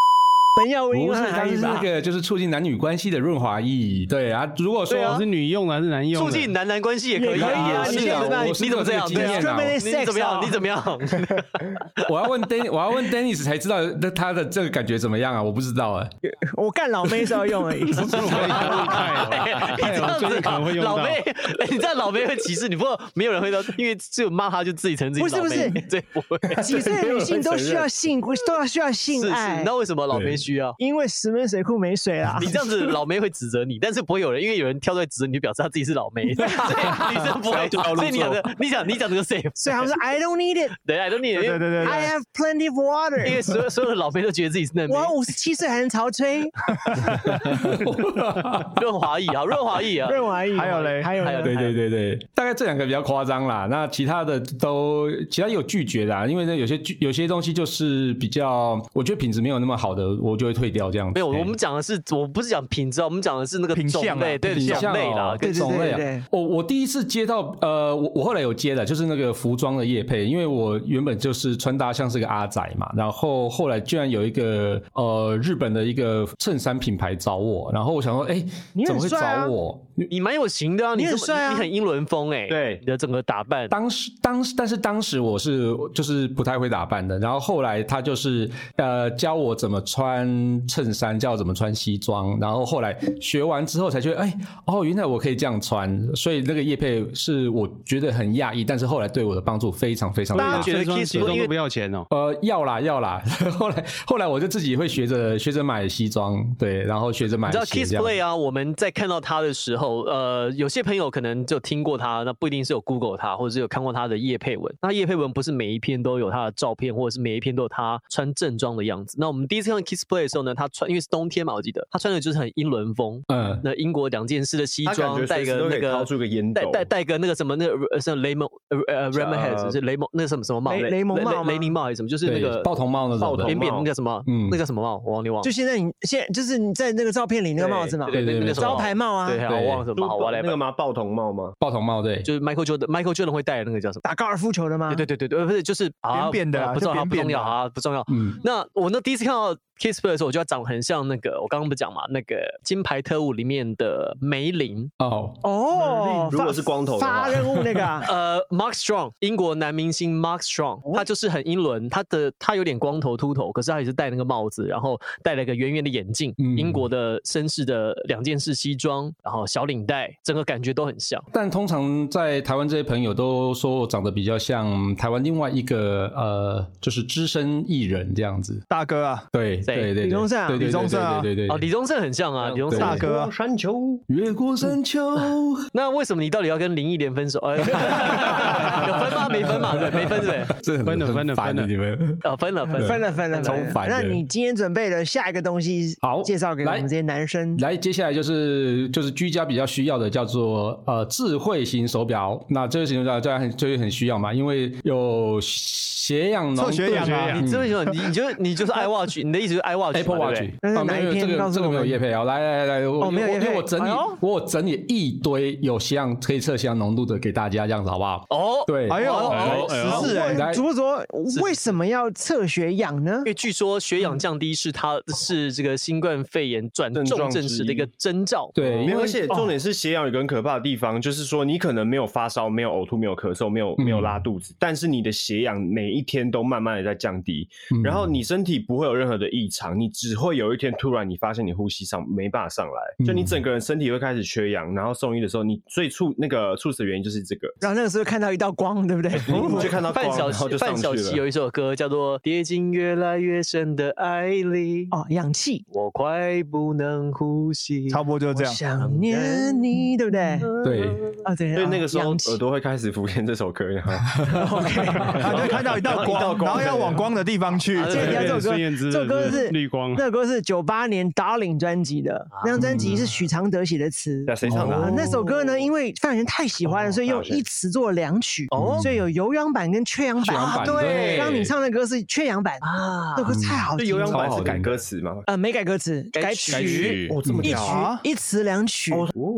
Speaker 1: 要用
Speaker 2: 不是，
Speaker 1: 润滑
Speaker 2: 它
Speaker 1: 液
Speaker 2: 是那
Speaker 1: 吧？
Speaker 2: 个就是促进男女关系的润滑液。对啊，如果说
Speaker 3: 对啊
Speaker 10: 是女用的还是男用
Speaker 3: 促
Speaker 10: 的？
Speaker 3: 进男男关系也可
Speaker 1: 也
Speaker 3: 以
Speaker 1: 可以啊
Speaker 3: 是
Speaker 1: 你现在怎么
Speaker 3: 你
Speaker 1: 样
Speaker 3: 你怎么这样？
Speaker 2: 我是有这个经验
Speaker 3: 对啊啊
Speaker 2: 啊
Speaker 1: ，discriminate
Speaker 3: 你怎
Speaker 1: sex
Speaker 3: 么
Speaker 1: 啊
Speaker 3: 样？你怎么样？
Speaker 2: 我要问 Dennis，我要问 Dennis 才知道那他的这个感觉怎么样啊？我不知道啊。
Speaker 1: 我干老妹是要用而已。
Speaker 10: 我最
Speaker 3: 你这样子
Speaker 10: 近可能会用
Speaker 3: 老
Speaker 10: 到。
Speaker 3: 妹，哎你这样老妹会歧视你，不过没有人会说，因为只有骂他就自己承认自己
Speaker 1: 不是
Speaker 3: 老
Speaker 1: 不是
Speaker 3: 妹 对，不会。
Speaker 1: 几岁的女性都需要性，都要需要 性
Speaker 3: 是是，你
Speaker 1: 爱
Speaker 3: 知，道为什么老梅
Speaker 2: 对
Speaker 3: 需要？
Speaker 1: 因为石门水库没水啦
Speaker 3: 你。这样子，老梅会指责你，但是不会有人，因为有人跳出来指责你，就表示他自己是老梅，所以女生不会。所以你讲的，你讲你讲这个 safe，
Speaker 1: 所以他们说 I don't need it,
Speaker 3: 对啊，都你
Speaker 7: 对对对对
Speaker 1: I have plenty of
Speaker 3: 因
Speaker 1: water。
Speaker 3: 为所有所有的老梅都觉得自己是嫩梅
Speaker 1: 我。五十七岁还能潮吹，
Speaker 3: 润滑液啊，润滑液啊，
Speaker 1: 润滑液
Speaker 7: 还有嘞
Speaker 1: 还有
Speaker 3: 还有
Speaker 1: 嘞
Speaker 2: 对对对对，大概这两个比较夸张啦。那其他的都，其他有拒绝啦，因为呢有些拒有些东西就是比较，我觉得品质没有那么好的，我就会退掉这样子。
Speaker 3: 没有，我们讲的是，我不是讲品质啊，我们讲的是那个种类，对
Speaker 2: 品
Speaker 3: 种
Speaker 2: 相
Speaker 3: 类啦
Speaker 2: 哦，
Speaker 3: 跟
Speaker 2: 种类
Speaker 3: 对对对
Speaker 2: 啊。我我第一次接到，呃，我我后来有接的，就是那个服装的业配，因为我原本就是穿搭像是个阿仔嘛，然后后来居然有一个呃日本的一个衬衫品牌找我，然后我想说，哎、
Speaker 1: 你
Speaker 2: 怎
Speaker 1: 很
Speaker 2: 么会
Speaker 1: 帅啊
Speaker 2: 找我？
Speaker 3: 你蛮有型的啊，
Speaker 1: 你
Speaker 3: 这
Speaker 1: 很
Speaker 3: 么
Speaker 1: 帅啊
Speaker 3: 你很英伦风哎，
Speaker 8: 对
Speaker 3: 你的整个打扮，
Speaker 2: 当时当时，但是当时我是就是不太会打扮的，然后后来他就是呃教我怎么穿衬衫，教我怎么穿西装，然后后来学完之后才觉得，哎哦，原来我可以这样穿，所以那个叶配是我觉得很讶异，但是后来对我的帮助非常非常
Speaker 3: 大
Speaker 2: 大
Speaker 3: 家。觉得
Speaker 10: 这双
Speaker 3: Kiss
Speaker 10: 西
Speaker 3: 会
Speaker 10: 装
Speaker 3: 因
Speaker 10: 都
Speaker 3: 为
Speaker 10: 不要钱哦。
Speaker 2: 呃，要啦要啦， 后来后来我就自己会学着学着买西装，对，然后学着买
Speaker 3: 你知道
Speaker 2: 鞋
Speaker 3: Kiss
Speaker 2: 这样
Speaker 3: Play 啊，我们在看到他的时候，呃，有些朋友可能就听过他，那不一定是有 Google 他，或者是有看过他的叶佩文。那叶佩文不是每一篇都有他的照片，或者是每一篇都有他穿正装的样子。那我们第一次看 Kiss Play 的时候呢，他穿因为是冬天嘛，我记得他穿的就是很英伦风，
Speaker 2: 嗯，
Speaker 3: 那英国两件式的西
Speaker 8: 他感
Speaker 3: 装，
Speaker 8: 觉
Speaker 3: 带
Speaker 8: 随时
Speaker 3: 个
Speaker 8: 都可
Speaker 3: 那
Speaker 8: 以掏出个烟
Speaker 3: 带
Speaker 8: 斗
Speaker 3: 带带个那个什么那个呃是雷蒙呃呃 r a m o n
Speaker 8: 呃
Speaker 3: head 是雷蒙那个什么什么帽
Speaker 1: 雷
Speaker 3: 雷
Speaker 1: 雷蒙帽吗
Speaker 3: 雷雷宁帽还是什么，就是那
Speaker 2: 对
Speaker 3: 个
Speaker 2: 爆头帽那种的
Speaker 3: 扁扁那个什么
Speaker 2: 嗯
Speaker 3: 那个什么帽，我忘记忘了
Speaker 1: 就。现在你现在就是你在那个照片里那个帽子嘛，
Speaker 3: 对对
Speaker 2: 对
Speaker 3: 那个什么
Speaker 1: 招牌帽啊
Speaker 3: 对，啊，
Speaker 2: 对
Speaker 3: 我忘了什么，好
Speaker 8: 那个
Speaker 3: whatever，
Speaker 8: 吗？爆筒帽吗？
Speaker 2: 爆头帽对，
Speaker 3: 就是 Michael Jordan，Michael Jordan 会戴的那个叫什么？
Speaker 1: 打高尔夫球的吗？
Speaker 3: 对对对对对，呃不是就是啊，
Speaker 7: 扁扁的啊
Speaker 3: 啊不重要，
Speaker 7: 就扁
Speaker 3: 不
Speaker 7: 扁
Speaker 3: 重
Speaker 7: 的
Speaker 3: 要啊，不重要。
Speaker 2: 嗯，
Speaker 3: 那我那第一次看到 Kiss Play 的时候，我觉得他长得很像那个，我刚刚不讲嘛，那个《金牌特务》里面的梅林，
Speaker 2: 哦，
Speaker 1: 哦，
Speaker 8: 嗯如果是光头的
Speaker 1: 发
Speaker 8: 话
Speaker 1: 发任务那个 啊
Speaker 3: 呃，Mark Strong，英国男明星 Mark Strong，他就是很英伦，他的他有点光头秃头，可是他也是戴那个帽子，然后戴了个圆圆的眼镜，
Speaker 2: 嗯
Speaker 3: 英国的绅士的两件式西装，然后小领带，整个感觉都很像。
Speaker 2: 但通常在台湾这些朋友都说我长得比较像台湾另外一个呃，就是资深艺人这样子。
Speaker 7: 大哥啊，
Speaker 2: 对
Speaker 3: 谁
Speaker 2: 对对，
Speaker 1: 李宗盛啊
Speaker 2: 对对
Speaker 7: 李
Speaker 2: 对
Speaker 7: 宗盛啊
Speaker 2: 对对对
Speaker 3: 哦，
Speaker 2: 对。
Speaker 3: 李宗盛很像啊，李宗盛
Speaker 7: 大哥啊
Speaker 8: 过，哦山丘，
Speaker 2: 越过山丘，
Speaker 3: 那为什么你到底要跟林忆莲分手？ 哎，有分吗？没分嘛？对，没分对。
Speaker 2: 这很
Speaker 10: 分了分了
Speaker 2: 很烦
Speaker 10: 分了
Speaker 2: 你们。
Speaker 3: 呃，分了分了。
Speaker 1: 分了分了
Speaker 2: 超
Speaker 1: 分了。
Speaker 2: 烦的
Speaker 1: 那你今天准备的下一个东西，
Speaker 2: 好
Speaker 1: 介绍给我
Speaker 2: 来
Speaker 1: 们这些男生。
Speaker 2: 来，接下来就是就是居家比较需要的，叫做呃智慧型手表。那这个型手表当然很就是很需要嘛，因为有血氧浓
Speaker 7: 测
Speaker 2: 度
Speaker 7: 血氧啊
Speaker 3: 你这么说，你你就你就是 iWatch，你的意思就是 iWatch 嘛
Speaker 7: 哎
Speaker 2: Apple
Speaker 3: 对不对
Speaker 2: Watch
Speaker 1: 但是
Speaker 2: 啊，没
Speaker 1: 哪
Speaker 2: 哦有
Speaker 1: 一天
Speaker 2: 这
Speaker 1: 告
Speaker 2: 个
Speaker 1: 诉
Speaker 2: 这个
Speaker 1: 我
Speaker 2: 没有
Speaker 1: 们
Speaker 2: 叶配啊，来来来，我
Speaker 1: 哦没有
Speaker 2: 我
Speaker 1: 业
Speaker 2: 因
Speaker 1: 配
Speaker 2: 为我整
Speaker 1: 哎
Speaker 2: 理
Speaker 1: 呦
Speaker 2: 我整理一堆有血氧可以测血氧浓度的给大家，这样子好不好？
Speaker 3: 哦，
Speaker 2: 对，
Speaker 7: 哎呦，
Speaker 3: 哦
Speaker 7: 十四
Speaker 2: 哎
Speaker 7: 哎，
Speaker 2: 来
Speaker 1: 主播说为什么要测血氧呢
Speaker 3: 因？为据说血氧降低是它是这个新冠肺炎转
Speaker 8: 症状
Speaker 3: 重症
Speaker 8: 之
Speaker 3: 时的一个
Speaker 8: 一
Speaker 3: 征兆。哦
Speaker 2: 对，
Speaker 8: 没
Speaker 2: 因
Speaker 8: 有，
Speaker 2: 为哦
Speaker 8: 而且
Speaker 7: 哦
Speaker 8: 重点是血氧有个很可怕的地方，就是说你可能没有发烧、没有呕吐、没有咳嗽、没有没有
Speaker 2: 嗯
Speaker 8: 拉肚子，但是你的血氧每一天都慢慢的在降低，
Speaker 2: 嗯
Speaker 8: 然后你身体不会有任何的异常，你只会有一天突然你发现你呼吸上没办法上来，就你
Speaker 2: 嗯
Speaker 8: 整个人身体会开始缺氧，然后送医的时候，你最猝那个猝死的原因就是这个，
Speaker 1: 然后那个时候看到一道光，对不对？
Speaker 8: 哎你你就看到
Speaker 3: 范
Speaker 8: 光，
Speaker 3: 晓
Speaker 8: 然后就
Speaker 3: 琪，
Speaker 8: 上
Speaker 3: 范
Speaker 8: 去
Speaker 3: 晓琪
Speaker 8: 了。
Speaker 3: 有一首歌叫做《跌进越来越深的爱里》，
Speaker 1: 哦，氧气。
Speaker 3: 我快不能呼吸。
Speaker 7: 差不多就是这样
Speaker 1: 我。想念你，对不对？
Speaker 2: 对，
Speaker 1: 啊，对。
Speaker 8: 嗯所以那
Speaker 1: 啊
Speaker 8: 个时候
Speaker 1: 氧气
Speaker 8: 耳朵会开始浮现这首歌，然后
Speaker 7: 然啊后就看到一道光，然后要往光的地方去。
Speaker 8: 呃
Speaker 3: 啊
Speaker 1: 这
Speaker 3: 对
Speaker 1: 个要这首
Speaker 10: 孙燕姿
Speaker 1: 歌，
Speaker 10: 的
Speaker 1: 这首歌是
Speaker 10: 绿
Speaker 9: 嗯
Speaker 10: 光
Speaker 1: 这首歌是九八年《Darling》专辑的，那张专辑是许常德写的词
Speaker 9: 嗯
Speaker 8: 那。谁唱的
Speaker 2: 哦
Speaker 1: 啊
Speaker 8: 啊？
Speaker 1: 那首歌呢，因为范晓萱太喜欢了，所以用一词做两曲，所以有有氧版跟缺氧
Speaker 2: 血氧
Speaker 1: 版。
Speaker 2: 版
Speaker 3: 对
Speaker 1: 刚刚你唱的歌是缺氧版，
Speaker 3: 啊
Speaker 1: 这首歌太好
Speaker 8: 就
Speaker 1: 听
Speaker 8: 有
Speaker 1: 了。
Speaker 8: 氧版是
Speaker 2: 超好
Speaker 8: 改
Speaker 2: 听
Speaker 8: 歌
Speaker 2: 的
Speaker 8: 词吗？
Speaker 1: 呃，没改歌词，
Speaker 3: 改
Speaker 1: 改
Speaker 3: 曲
Speaker 8: 改曲哦，这么
Speaker 1: 一曲
Speaker 8: 屌
Speaker 7: 啊
Speaker 1: 一词两曲。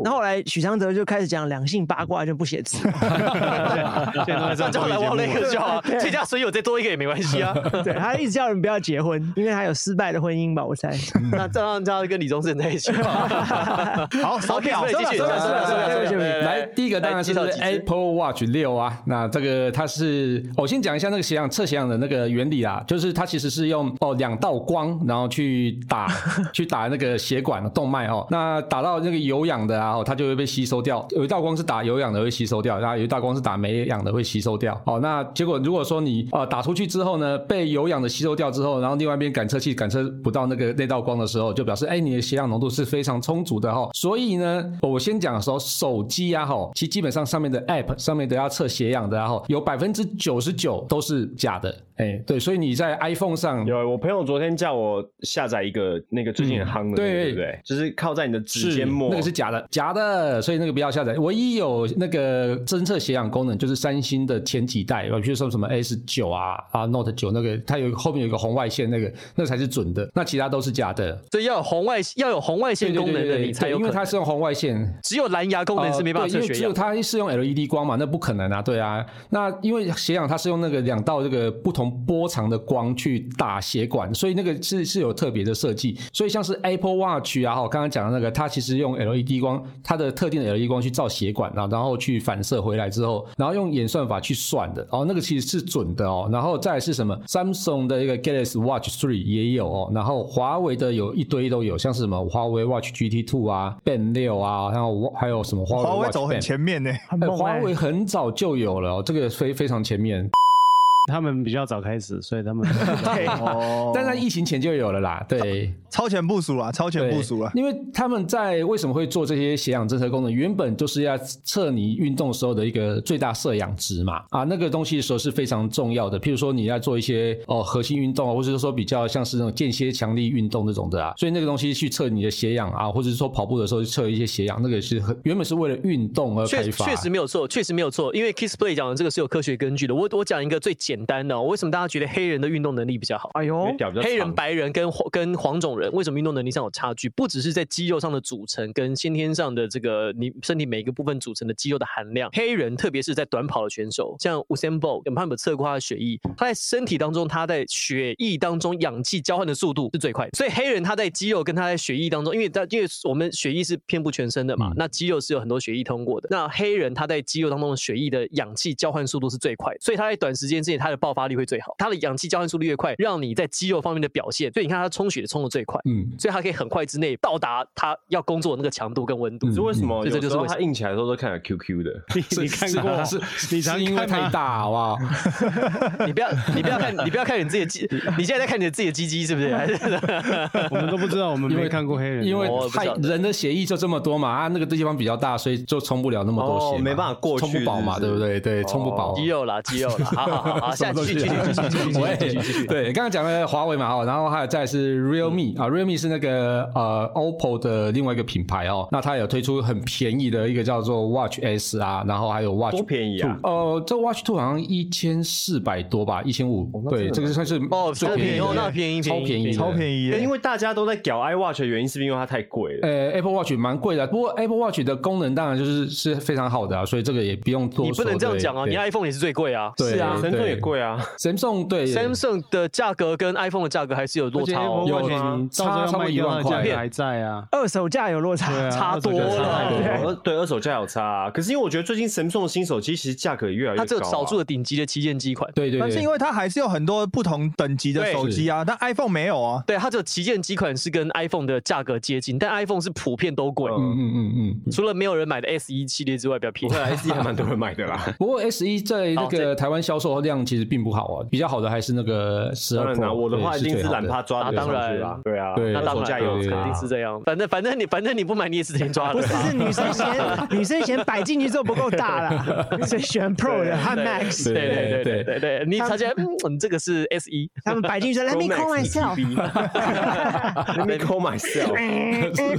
Speaker 1: 然后后来许常德就开始讲两性八卦，就不写词。
Speaker 10: 现在 都在
Speaker 3: 那
Speaker 10: 这
Speaker 3: 就来
Speaker 10: 样
Speaker 3: 王
Speaker 10: 综艺
Speaker 3: 雷
Speaker 10: 节目
Speaker 3: 克 就好了，啊这家损友再多一个也没关系啊。
Speaker 1: 对他一直叫人不要结婚，因为他有失败的婚姻吧，我猜。
Speaker 3: 那这样这样跟李宗盛在 一起 吧。
Speaker 7: 好，手表，
Speaker 3: OK，所以继续
Speaker 2: 啊
Speaker 7: 手表
Speaker 3: 手表手表手表手表
Speaker 2: 来，第一个当然是
Speaker 3: 来啊哎介绍几只
Speaker 2: Apple Watch 六啊。那这个它是，哦我先讲一下那个血氧测血氧的那个原理啦，就是它其实是用哦两道光，然后去打去打那个血管的动脉哦。那打到那个有氧的啊，哦它就会被吸收掉。有一道光是打有氧的会吸收掉，然后有一道光是打没氧的会吸收掉。哦，那结果如果说你呃打出去之后呢，被有氧的吸收掉之后，然后另外一边感测器感测不到那个那道光的时候，就表示哎你的血氧浓度是非常充足的哈、哦。所以呢，我先讲说手机啊哈、吼，其实基本上上面的 App 上面都要测血氧的啊吼，有百分之九十九都是假的。哎，对，所以你在 iPhone 上
Speaker 8: 有我朋友昨天叫我下载一个那个最近很夯的、
Speaker 2: 嗯
Speaker 8: 那个
Speaker 2: 对
Speaker 8: 对不对？就是靠在你的指
Speaker 2: 是
Speaker 8: 尖末，
Speaker 2: 那个是假的，假的，所以那个不要下载。唯一有那个侦测血氧功能，就是三星的前几代，比如说什么 S 九啊啊 Note 九那个，它有后面有一个红外线，那个那才是准的，那其他都是假的。
Speaker 3: 所以要有红外要有红外线功能
Speaker 2: 对对
Speaker 3: 的
Speaker 2: 对
Speaker 3: 你才有
Speaker 2: 因
Speaker 3: 可
Speaker 2: 为它
Speaker 3: 能，
Speaker 2: 是用红外线，
Speaker 3: 只有蓝牙功能是没办法
Speaker 2: 呃对
Speaker 3: 测
Speaker 2: 因为
Speaker 3: 血
Speaker 2: 只有
Speaker 3: 氧。
Speaker 2: 它是用 LED 光嘛，那不可能啊，对啊。那因为血氧它是用那个两道这个不同波长的光去打血管，所以那个是是有特别的设计。所以像是 Apple Watch 啊，哈，刚刚讲的那个，它其实用 LED 光，它的特定的 LED 光去照血管啊，然后去反射回来之后，然后用演算法去算的，哦，那个其实是准的哦。然后再来是什么？Samsung 的一个 Galaxy Watch Three 也有哦，然后华为的有一堆都有，像是什么华为 Watch GT Two 啊，Band 六啊，然后还有什么华
Speaker 7: 华为
Speaker 2: Watch
Speaker 7: 哦走很
Speaker 2: Band
Speaker 7: 前面呢、
Speaker 2: 哎华
Speaker 1: 啊
Speaker 2: 为很早就有了、哦，这个非非常前面，
Speaker 10: 他们比较早开始，所以他们
Speaker 7: 哦
Speaker 2: 但在疫情前就有了啦。 对，
Speaker 7: 超前部署啦，超前
Speaker 2: 对
Speaker 7: 部署啊啦。
Speaker 2: 因为他们在为什么会做这些血氧侦测功能，原本就是要测你运动时候的一个最大摄氧值嘛。啊，那个东西的时候是非常重要的。譬如说你要做一些哦核心运动啊，或者是说比较像是那种间歇强力运动这种的啊，所以那个东西去测你的血氧啊，或者是说跑步的时候去测一些血氧，那个是很原本是为了运动而
Speaker 3: 确
Speaker 2: 开发。
Speaker 3: 确实没有错，确实没有错，因为 Kissplay 讲的这个是有科学根据的。我我讲一个最简单的、哦，为什么大家觉得黑人的运动能力比较好？
Speaker 1: 哎呦
Speaker 8: 因为，屌比较
Speaker 3: 黑人、
Speaker 8: 长
Speaker 3: 白人跟黄跟黄种人为什么运动能力上有差距？不只是在肌肉上的组成跟先天上的这个你身体每一个部分组成的肌肉的含量，黑人特别是在短跑的选手，像 Usain Bolt，有没有测过他的血液？他在身体当中，他在血液当中氧气交换的速度是最快的，所以黑人他在肌肉跟他在血液当中，因为他因为我们血液是遍布全身的嘛
Speaker 2: 嗯，
Speaker 3: 那肌肉是有很多血液通过的，那黑人他在肌肉当中的血液的氧气交换速度是最快的，所以他在短时间之内他的爆发力会最好，他的氧气交换速度越快，让你在肌肉方面的表现，所以你看他冲血冲的最快，
Speaker 2: 嗯，
Speaker 3: 所以他可以很快之内到达他要工作的那个强度跟温度。
Speaker 2: 嗯
Speaker 8: 是为什么？
Speaker 3: 这这就是
Speaker 8: 有时候
Speaker 3: 为什么
Speaker 8: 他硬起来的时候都看起来 QQ 的，
Speaker 10: 你看过
Speaker 2: 是
Speaker 10: 你常
Speaker 2: 是因为
Speaker 10: 看吗
Speaker 2: 太大，好不好？
Speaker 3: 你不要你不要看你不要看你自己的鸡，你现在在看你的自己的鸡鸡是不 是？还是
Speaker 10: 我们都不知道，我们没看过黑人，
Speaker 2: 因为
Speaker 3: 我不
Speaker 2: 太
Speaker 3: 晓得
Speaker 2: 人的血液就这么多嘛，啊，那个地方比较大，所以就充不了那么多血嘛、
Speaker 8: 哦没办法过去
Speaker 2: 充不饱嘛，
Speaker 8: 是不
Speaker 2: 对
Speaker 8: 是
Speaker 2: 不对？对，充不饱。
Speaker 3: 肌肉啦，肌肉啦，好好好好，下
Speaker 2: 哦 什么
Speaker 3: 继
Speaker 2: 东
Speaker 3: 续
Speaker 2: 西
Speaker 3: 继续
Speaker 2: 啊
Speaker 3: 继续继续继续继续继续继
Speaker 2: 喂
Speaker 3: 续。
Speaker 2: 对，刚刚讲了华为嘛，哦，然后还有再来是 Realme、啊，Realme 是那个呃 OPPO 的另外一个品牌哦，那它有推出很便宜的一个叫做 Watch S 啊，然后还有 Watch
Speaker 8: 多便宜啊！
Speaker 2: 呃，这 Watch Two 好像一千四百多吧，一千五，对，这个算是
Speaker 3: 哦
Speaker 2: 最
Speaker 3: 超
Speaker 2: 便宜
Speaker 3: 便宜
Speaker 2: 的
Speaker 3: 哦那便宜
Speaker 2: 超
Speaker 3: 便宜
Speaker 2: 便宜的，
Speaker 7: 超便宜耶、
Speaker 8: 因为大家都在屌 iWatch 的原因，是不是因为它太贵了？
Speaker 2: 呃，Apple Watch 蛮贵的，不过 Apple Watch 的功能当然就是是非常好的啊，所以这个也不用多说。
Speaker 3: 你不能这样
Speaker 2: 对
Speaker 3: 讲啊！
Speaker 2: 对
Speaker 3: 你 iPhone 也是最贵啊，
Speaker 2: 对
Speaker 3: 是啊
Speaker 8: 神盾也。贵啊，
Speaker 2: 对 Samsung 对
Speaker 3: Samsung 的价格跟 iPhone 的价格还是有落差哦，
Speaker 2: 有
Speaker 10: 有啊
Speaker 2: 差
Speaker 10: 到
Speaker 7: 啊
Speaker 10: 时
Speaker 2: 差
Speaker 10: 候要
Speaker 2: 不多
Speaker 10: 卖
Speaker 2: 一
Speaker 10: 掉，它
Speaker 2: 万
Speaker 10: 的价
Speaker 2: 块
Speaker 10: 格。还在啊，
Speaker 1: 二手价有落差，
Speaker 10: 对啊，
Speaker 3: 差
Speaker 10: 那时候
Speaker 3: 多
Speaker 10: 就差太
Speaker 3: 了
Speaker 10: 多
Speaker 8: 二对二手价有差啊。可是因为我觉得最近 Samsung 的新手机其实价格也越来越
Speaker 3: 它
Speaker 8: 高啊，
Speaker 3: 只有少数的顶级的旗舰机款。
Speaker 2: 对对
Speaker 7: 但是
Speaker 2: 对
Speaker 7: 因，为它还是有很多不同等级的
Speaker 3: 对
Speaker 7: 手机啊，但 iPhone 没有啊。
Speaker 3: 对，它只有旗舰机款是跟 iPhone 的价格接近，但 iPhone 是普遍都贵，
Speaker 2: 嗯嗯嗯嗯。
Speaker 3: 除了没有人买的 S 一系列之外比较便宜。
Speaker 8: 啊 S 还蛮多人买的 啦。
Speaker 2: 不过 S 一在那
Speaker 3: 好这
Speaker 2: 个台湾销售量其实并不好啊，比较好的还是那个十
Speaker 8: 当
Speaker 2: 二
Speaker 8: 然啦，
Speaker 2: Pro。
Speaker 8: 我的话一定是懒趴
Speaker 2: 趴。
Speaker 8: 抓的
Speaker 3: 啊当然
Speaker 8: 上去啦，对啊，
Speaker 2: 对
Speaker 3: 那
Speaker 8: 二
Speaker 3: 当
Speaker 8: 手价
Speaker 3: 然
Speaker 8: 也有
Speaker 2: 对
Speaker 8: 差
Speaker 3: 肯
Speaker 8: 啊
Speaker 3: 定是这样。反正反正你反正你不买你也是得抓
Speaker 1: 不
Speaker 3: 的
Speaker 1: 是
Speaker 3: 啦。
Speaker 1: 是女生嫌女生嫌摆进去之后不够大啦，所以选 Pro 的和
Speaker 3: 对
Speaker 1: Max，
Speaker 3: 对对对对对对，你
Speaker 1: 他们
Speaker 3: 察觉嗯，你这个是 S 一，
Speaker 1: 他们摆进去说 Let me call myself，
Speaker 8: Let me call myself，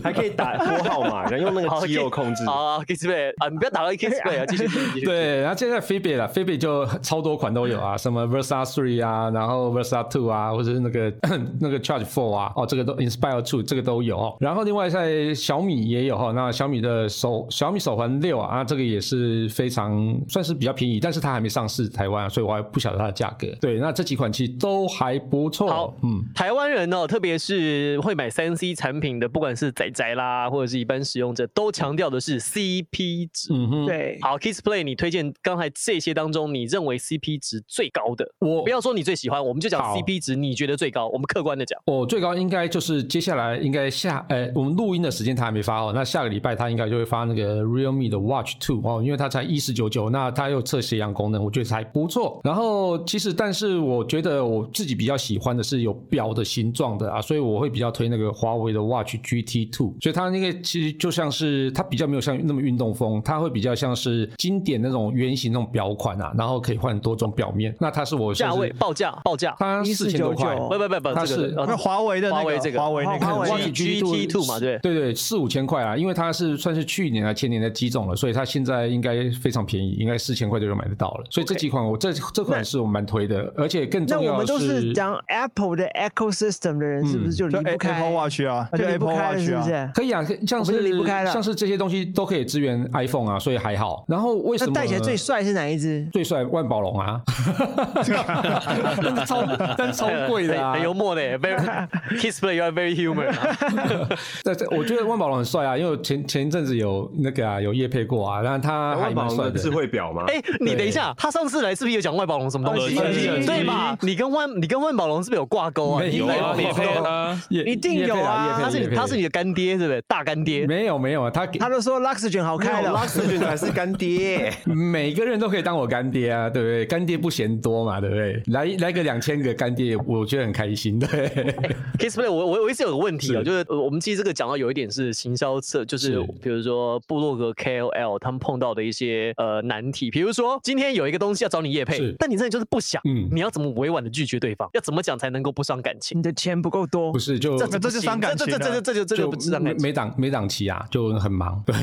Speaker 8: 还可 以打拨号码，然后用那个肌肉控制。
Speaker 3: 好 k i s s p a y 啊，你不要打到 Kissplay 啊，继续继续继续。
Speaker 2: 对，然后现在 f i b 啦 f i b 就超多款都有啊，什么 Versa Three 啊，然后 Versa Two 啊，或者是那个 那个 Charge Four 啊，哦，这个都 Inspire Two 这个都有哦。然后另外在小米也有哈，那小米的手小米手环六啊，啊这个也是非常算是比较便宜，但是它还没上市台湾啊，所以我还不晓得它的价格。对，那这几款其实都还不错。
Speaker 3: 好
Speaker 2: 嗯，
Speaker 3: 台湾人哦，特别是会买三 C 产品的，不管是仔仔啦，或者是一般使用者，都强调的是 CP 值。
Speaker 2: 嗯哼，
Speaker 1: 对，
Speaker 3: 好，Kiss Play，你推荐刚才这些当中，你认为 CP 值最高的？
Speaker 2: 我
Speaker 3: 不要说你最喜欢，我们就讲
Speaker 2: 好
Speaker 3: CP 值，你觉得最高，我们客观的讲。
Speaker 2: 我哦最高应该就是接下来应该下，呃、我们录音的时间他还没发哦，那下个礼拜他应该就会发那个 Realme 的 Watch Two 哦，因为它才一四九九，那它又测斜阳功能，我觉得还不错。然后其实，但是我觉得我自己比较喜欢的是有表的形状的啊，所以我会比较推那个华为的 Watch GT Two，所以它那个其实就像是它比较没有像那么运动风，它会比较像是经典那种圆形那种表款啊，然后可以换多种表面。那它是啊我
Speaker 3: 价
Speaker 2: 算是
Speaker 3: 位报价报价，
Speaker 2: 它四千多块，
Speaker 3: 不不不不，
Speaker 2: 它
Speaker 3: 这个
Speaker 2: 是
Speaker 3: 呃
Speaker 7: 那华为的那
Speaker 3: 华为
Speaker 7: 个
Speaker 3: 这个哦
Speaker 7: 华为那个
Speaker 3: 华
Speaker 2: 华为
Speaker 3: 为
Speaker 2: G
Speaker 3: GT Two 嘛，对不对。
Speaker 2: 对对，四五千块啊，因为它是算是去年啊前年的机种了，所以它现在应该非常便宜，应该四千块就能买得到了。所以这几款我这这款是我蛮推的，而且更
Speaker 1: 那我
Speaker 2: 重要
Speaker 1: 们
Speaker 2: 的
Speaker 1: 都是讲 Apple 的 ecosystem 的人，是不是就离
Speaker 7: 就
Speaker 1: 不开
Speaker 7: Apple Watch 啊，那
Speaker 1: 就
Speaker 7: 就
Speaker 1: 离不
Speaker 7: Apple
Speaker 1: 开了，
Speaker 7: Watch
Speaker 1: 是不
Speaker 7: 啊。
Speaker 1: 是？
Speaker 2: 可以啊，可以像
Speaker 1: 我们
Speaker 2: 是
Speaker 1: 就离不开了
Speaker 2: 像是这些东西都可以支援 iPhone 啊，所以还好。然后为什
Speaker 1: 那
Speaker 2: 么
Speaker 1: 戴起来最帅是哪一只？
Speaker 2: 最帅万宝 龙啊？ 但是 超但是超贵的 啊，
Speaker 3: 很很哎幽默的耶，very kiss play you are very human 啊。
Speaker 2: 对，对我觉得万宝龙很帅啊，因为我前前一阵子有那个啊有叶配过啊，然后他
Speaker 1: 哎
Speaker 2: 还
Speaker 8: 万宝
Speaker 2: 蛮帅
Speaker 8: 龙的
Speaker 2: 的。
Speaker 8: 智慧表吗？
Speaker 3: 哎，你等一下，他上次来是不是有讲万宝龙什么东西？
Speaker 2: 哦
Speaker 9: 耳机耳机
Speaker 3: 对吧？你跟万你跟万宝龙是不是有挂钩啊？
Speaker 2: 没有
Speaker 9: 有
Speaker 3: 你
Speaker 9: 啊，
Speaker 3: 来
Speaker 9: 也配啊，
Speaker 2: 叶
Speaker 1: 一定有啊
Speaker 2: 叶配啦叶配啦
Speaker 3: 他是
Speaker 2: 叶配
Speaker 3: 你
Speaker 2: 啦
Speaker 3: 他是你的干爹，对不对？大干爹。
Speaker 2: 没有没有，啊他给
Speaker 1: 他都说 Lux 卷好开了，
Speaker 8: 四卷才是干爹，
Speaker 2: 每个人都可以当我干爹啊，对不对？干爹不嫌多嘛，对不对？来来个两千个干爹，我觉得很开心。对，
Speaker 3: Kissplay，我我我一直有个问题啊，
Speaker 2: 是
Speaker 3: 就是呃我们其实这个讲到有一点是行销策，就是
Speaker 2: 是
Speaker 3: 比如说部落格 KOL 他们碰到的一些呃难题，比如说今天有一个东西要找你叶配
Speaker 2: 是，
Speaker 3: 但你真的就是不想，
Speaker 2: 嗯
Speaker 3: 你要怎么委婉的拒绝对方？要怎么讲才能够不伤感情
Speaker 1: 你？的钱不够多
Speaker 2: 不，是就
Speaker 3: 这
Speaker 7: 这就伤感情
Speaker 3: 这
Speaker 7: 啊了
Speaker 3: 这这这这这就不是伤
Speaker 2: 没
Speaker 3: 感情。
Speaker 2: 没档没档期啊，就很忙。对，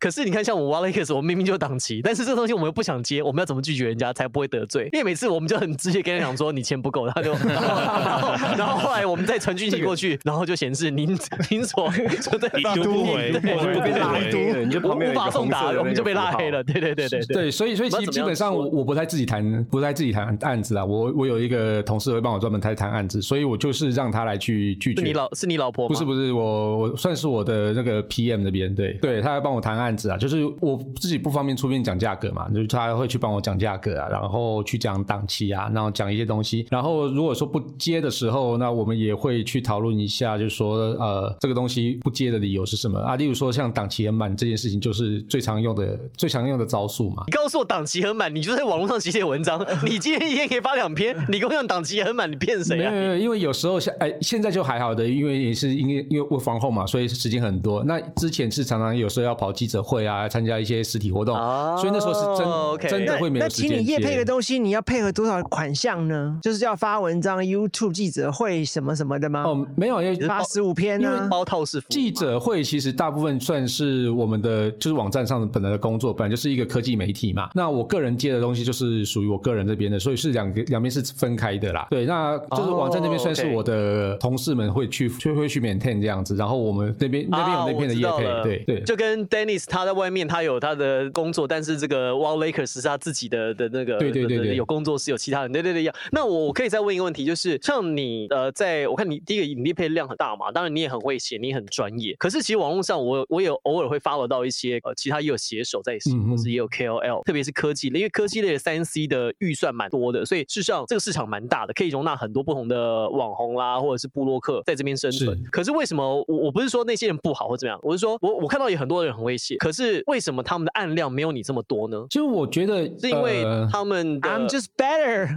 Speaker 3: 可是你看，像我挖了一个，我明明就档期，但是这个东西我们又不想接，我们要怎么拒绝人家才不会得罪？因为每次我们就很直接跟他讲说你钱不够，他就， 然后然后后来我们再传讯息过去，然后就显示您 您所所在
Speaker 9: 已读不回
Speaker 3: 对
Speaker 9: 或者是
Speaker 3: 我
Speaker 9: 被
Speaker 3: 被
Speaker 9: 拉
Speaker 3: 拉
Speaker 9: 黑
Speaker 8: 你就旁
Speaker 3: 无
Speaker 8: 边有一个
Speaker 3: 法送
Speaker 8: 红
Speaker 3: 达，
Speaker 8: 色的
Speaker 3: 我们
Speaker 8: 那
Speaker 3: 就
Speaker 8: 个
Speaker 3: 被拉
Speaker 8: 符号
Speaker 3: 黑了。对对对对对。
Speaker 2: 对，所以所以
Speaker 3: 我
Speaker 2: 其
Speaker 3: 们
Speaker 2: 实基
Speaker 3: 要怎么样
Speaker 2: 本上我我不太自己谈，不太自己谈案子啊。我我有一个同事会帮我专门谈谈案子，所以我就是让他来去拒绝。
Speaker 3: 是你老是你老婆吗？
Speaker 2: 不是不是，我我算是我的那个 PM 那边，对对，他会帮我谈案子啊，就是我自己不方便出面讲价格嘛，就是他会去帮我讲价格啊，然后去讲档期啊，然后讲一些东西，然后如果说不接的时候，那我们也会去讨论一下，就是说呃这个东西不接的理由是什么啊？例如说像档期很满这件事情，就是最常用的最常用的招数嘛。
Speaker 3: 你告诉我档期很满，你就在网络上写写文章，你今天一天可以发两篇，你跟我讲档期很满，你骗谁
Speaker 2: 没
Speaker 3: 啊
Speaker 2: 有？没有，因为有时候像哎，现在就还好的，因为也是因为因为我防控嘛，所以时间很多。那之前是常常有时候要跑记者会啊，参加一些实体活动，
Speaker 3: 哦
Speaker 2: 所以那时候是真、
Speaker 3: OK
Speaker 2: 真的会没
Speaker 1: 那
Speaker 2: 有时
Speaker 1: 请
Speaker 2: 间接。
Speaker 1: 你业配的东西，你要配合多少款项呢？就是要发文章、YouTube 记者会什么什么的吗？
Speaker 2: 哦，没有，因为
Speaker 1: 发十五篇啊
Speaker 3: 因
Speaker 1: 呢
Speaker 3: 为？包套式服务
Speaker 2: 记
Speaker 3: 嘛
Speaker 2: 者会其实大部分算是我们的，就是网站上的本来的工作，本来就是一个科技媒体嘛。那我个人接的东西就是属于我个人这边的，所以是两个两边是分开的啦。对，那就是网站那边算是
Speaker 3: OK
Speaker 2: 我的同事们会去，就会去 maintain 这样子，然后我们那边那边有那边的业
Speaker 3: 啊我知
Speaker 2: 配，
Speaker 3: 道了
Speaker 2: 对对，
Speaker 3: 就跟 Dennis 他在外面他有他的工作，但是这个 Wild Lakers 是他自己的的那个，
Speaker 2: 对对
Speaker 3: 的
Speaker 2: 对
Speaker 3: 的
Speaker 2: 对
Speaker 3: 有工作室有其他人，对对对一样。那我我可以再问一个问题，就是像你呃，在我看你第一个你业配量很大嘛，当然你也很会写，你也很专业。可是其实网络上我我也偶尔会 follow 到一些呃，其他也有写手在写，
Speaker 2: 嗯哼
Speaker 3: 或是也有 KOL，特别是科技类，因为科技类的三 C 的预算蛮多的，所以事实上这个市场蛮大的，可以容纳很多不同的网红啦，或者是部落客在这边生存
Speaker 2: 是。
Speaker 3: 可是为什么我我不是说那些人不好或怎么样，我是说我我看到有很多人很会写，可是为什么他们的案量没有你这么多呢？
Speaker 2: 其实我觉得
Speaker 3: 是因为
Speaker 2: 呃
Speaker 3: 他们的、
Speaker 1: I'm just better，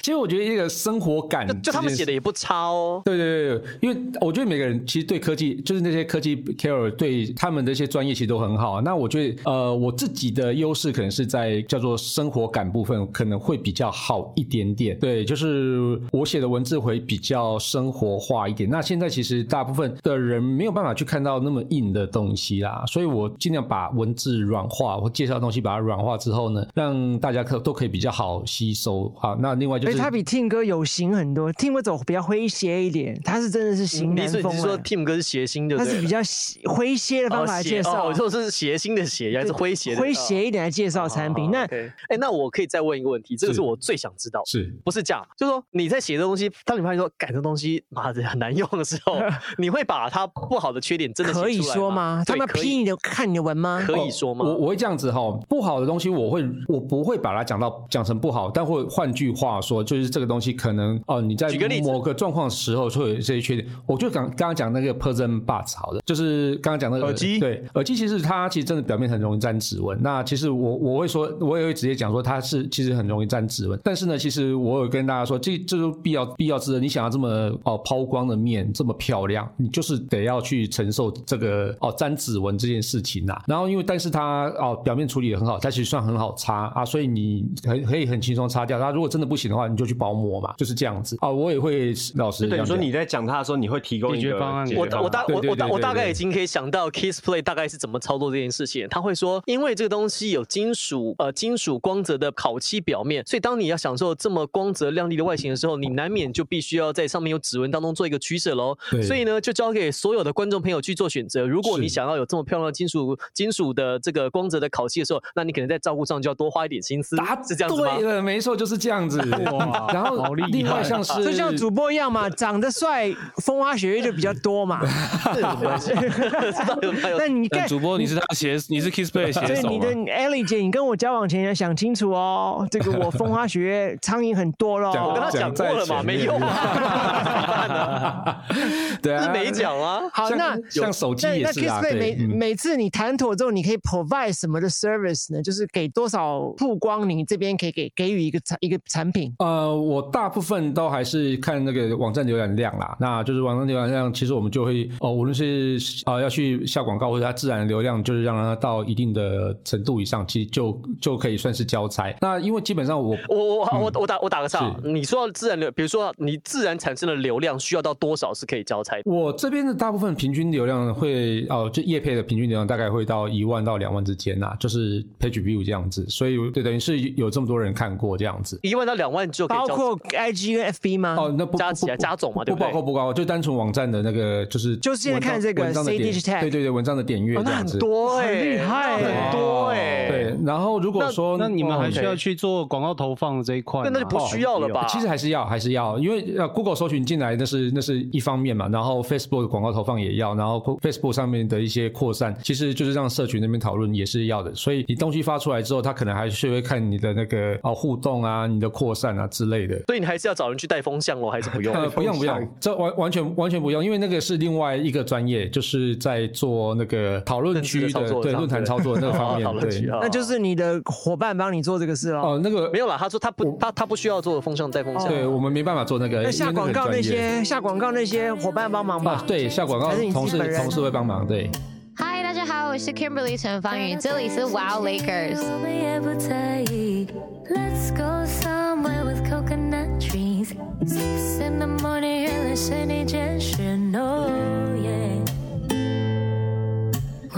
Speaker 2: 其实我觉得一个生活感
Speaker 3: 就，就他们写的。也不差哦。
Speaker 2: 对对对对，因为我觉得每个人其实对科技，就是那些科技 care 对他们的一些专业其实都很好。那我觉得，呃，我自己的优势可能是在叫做生活感部分，可能会比较好一点点。对，就是我写的文字会比较生活化一点。那现在其实大部分的人没有办法去看到那么硬的东西啦，所以我尽量把文字软化，或介绍的东西把它软化之后呢，让大家可都可以比较好吸收。好，那另外就
Speaker 1: 而
Speaker 2: 是
Speaker 1: 且哎他比 Tim 哥有型很多，Tim 哥走比较诙谐一点，他是真的是型
Speaker 3: 你
Speaker 1: 男
Speaker 3: 是
Speaker 1: 风
Speaker 3: 你是说
Speaker 1: 啊，
Speaker 3: Tim 哥是谐星对
Speaker 1: 他
Speaker 3: 不对
Speaker 1: 是
Speaker 3: 了？
Speaker 1: 比较诙谐的方法来
Speaker 3: 哦
Speaker 1: 介
Speaker 3: 谐
Speaker 1: 绍，
Speaker 3: 哦我说是谐星的谐，还是诙谐的
Speaker 1: 诙谐一点来介绍产品。那
Speaker 3: 哎、诶那我可以再问一个问题，这个是
Speaker 2: 是
Speaker 3: 我最想知道的。
Speaker 2: 是
Speaker 3: 不是这样，就是说你在写这东西，当你发现说改这东西妈的很难用的时 候，你会把它不好的缺点真的写
Speaker 1: 可以
Speaker 3: 出来
Speaker 1: 说
Speaker 3: 吗
Speaker 1: 吗？？他
Speaker 3: 对
Speaker 1: 们哦
Speaker 3: 可以
Speaker 1: 批你的看你的文吗？
Speaker 2: 哦
Speaker 3: 可以说吗？
Speaker 2: 我我会这样子哈、不好的东西我会我不会把它讲到讲成成不好，但或换句话说，就是这个东西可能哦，你在
Speaker 3: 举个例子
Speaker 2: 某个状况时候会有这些缺点。我就刚刚刚讲那个 Person Buds 好了，就是刚刚讲那个
Speaker 7: 耳机
Speaker 2: 对耳机其实它其实真的表面很容易沾指纹。那其实我我会说，我也会直接讲说它是其实很容易沾指纹，但是呢，其实我有跟大家说，这这是必要必要之人，你想要这么哦抛光的面这么漂亮，你就是得要去承受这个哦沾指纹这件事情啊。然后因为但是它哦表面处理的很好，它其实算很好擦啊，所以你很可以很轻松擦掉。它如果真的不行的话，你就去薄膜嘛，就是这样子啊。我也会老实
Speaker 8: 等于
Speaker 2: 讲
Speaker 8: 说你在讲它的时候，你会提供一
Speaker 10: 解
Speaker 8: 个
Speaker 10: 决方案
Speaker 8: 解
Speaker 10: 给
Speaker 8: 决
Speaker 10: 他
Speaker 8: 方
Speaker 3: 我大
Speaker 2: 对
Speaker 3: 我
Speaker 2: 对
Speaker 3: 我大
Speaker 2: 对
Speaker 3: 我
Speaker 2: 对
Speaker 3: 大概
Speaker 2: 对
Speaker 3: 已经可以想到 Kiss Play 大概是怎么操作这件事情。他会说，因为这个东西有金属呃金属光泽的烤漆表面，所以当你要享受这么光泽亮丽的外形的时候，你难免就必须要在上面有指纹当中做一个取舍喽
Speaker 2: 对。
Speaker 3: 所以呢，就交给所有的观众朋友去做选择。如果你
Speaker 2: 是
Speaker 3: 想要有这么漂亮的金属金属的这个光泽的烤漆的时候，那你可能在照顾上就要多花一点心思。
Speaker 2: 答
Speaker 3: 是这样子吗
Speaker 2: 对？了，没错，就是这样子。嗯然后另外像
Speaker 3: 啊
Speaker 2: 是
Speaker 1: 就像主播一样嘛，长得帅，风花雪月就比较多嘛。 那你看
Speaker 9: 但主播，你是他的写，你是 Kiss Play 的写
Speaker 1: 所以
Speaker 9: 手
Speaker 1: 你
Speaker 9: 吗
Speaker 1: 的？Ellie 姐，你跟我交往前要想清楚哦，这个我风花雪月苍蝇很多喽。
Speaker 2: 讲
Speaker 3: 我跟他讲过了
Speaker 2: 讲在
Speaker 3: 嘛，
Speaker 2: 前面
Speaker 3: 没用啊，
Speaker 2: 对
Speaker 3: 是
Speaker 2: 啊，
Speaker 3: 没讲啊。
Speaker 1: 好，
Speaker 2: 像
Speaker 1: 那
Speaker 2: 像手机
Speaker 1: 那
Speaker 2: 也
Speaker 1: 那
Speaker 2: 是啊，
Speaker 1: Kissplay 每
Speaker 2: 对，嗯
Speaker 1: 每次你谈妥之后，你可以 provide 什么的 service 呢？就是给多少曝光，你这边可以给给予一个产一个产品。
Speaker 2: 呃，我大部分都还是看那个网站浏览量啦。那就是网站浏览量，其实我们就会哦，无论是啊、呃要去下广告，或者它自然的流量，就是让它到一定的程度以上，其实就就可以算是交差。那因为基本上我
Speaker 3: 我我我
Speaker 10: 嗯
Speaker 3: 我我打我打个岔，啊
Speaker 2: 是
Speaker 3: 你说到自然流，比如说你自然产生的流量需要到多少是可以交差的？
Speaker 2: 我这边的大部分平均流量会哦，就业配的平均流量大概会到一万到两万之间呐、就是 page view 这样子，所以对等于是有这么多人看过这样子。
Speaker 3: 一万到两万就可以
Speaker 1: 包
Speaker 3: 交差，
Speaker 1: 括 IG 跟 FB 吗？
Speaker 2: 哦，那不
Speaker 3: 加
Speaker 2: 不
Speaker 3: 起来
Speaker 2: 不
Speaker 3: 加总嘛对
Speaker 2: 不
Speaker 3: 不对
Speaker 2: 包括不包括，就单纯网站的那个就是
Speaker 1: 就是现在
Speaker 2: 文章
Speaker 1: 看这个
Speaker 2: 文章的
Speaker 1: CD
Speaker 2: 点，
Speaker 1: tag
Speaker 2: 对对对，文章的点阅
Speaker 3: 哦
Speaker 2: 这
Speaker 3: 那
Speaker 2: 样
Speaker 3: 很
Speaker 2: 子。
Speaker 3: 多哎、
Speaker 1: 很厉欸害
Speaker 3: 那很多哎、
Speaker 2: 对，然后如果说
Speaker 10: 那你们还
Speaker 2: 哦
Speaker 10: 需要去做广告投放这一块吗？哦
Speaker 3: 那那就不需要了吧？
Speaker 2: 呃其实还是要，还是要，因为呃，Google 搜寻进来那是那是一方面嘛，然后 Facebook 的广告投放也要，然后 Facebook 上面的一些扩散，其实就是让社群那边讨论也是要的。所以你东西发出来之后，他可能还是会看你的那个啊、互动啊、你的扩散啊之类的。
Speaker 3: 所以你还是要找人去带风向咯，还是 不用？
Speaker 2: 呃，不用不用，这完完全完全不用，因为那个是另外一个专业，就是在做那个讨论区
Speaker 3: 政治的
Speaker 2: 的
Speaker 3: 操作
Speaker 2: 对
Speaker 3: 这样
Speaker 2: 论坛
Speaker 3: 子
Speaker 2: 操作那个
Speaker 1: 哦
Speaker 2: 方
Speaker 3: 讨
Speaker 2: 面，
Speaker 3: 论区
Speaker 2: 对，
Speaker 3: 啊，
Speaker 1: 那就是你的伙伴帮你做这个事哦。
Speaker 2: 哦，那个
Speaker 3: 没有啦。他说他不他他不需要做风向带风向，啊
Speaker 2: 对我们没办法做那个，
Speaker 1: 那
Speaker 2: 因
Speaker 1: 下
Speaker 2: 为个
Speaker 1: 广
Speaker 2: 很
Speaker 1: 告那
Speaker 2: 专业
Speaker 1: 些下广告那些伙伴帮忙吧
Speaker 2: 啊，。对，下广告
Speaker 1: 还是你自己
Speaker 2: 同事
Speaker 1: 本人
Speaker 2: 同事会帮忙，对。
Speaker 11: 嗨，大家好，我是 Kimberly 陈芳云，这里是 Wow Lakers。
Speaker 12: Let's go somewhere with coconut trees. Six in the morning and the shiny Gentian. Oh, yeah.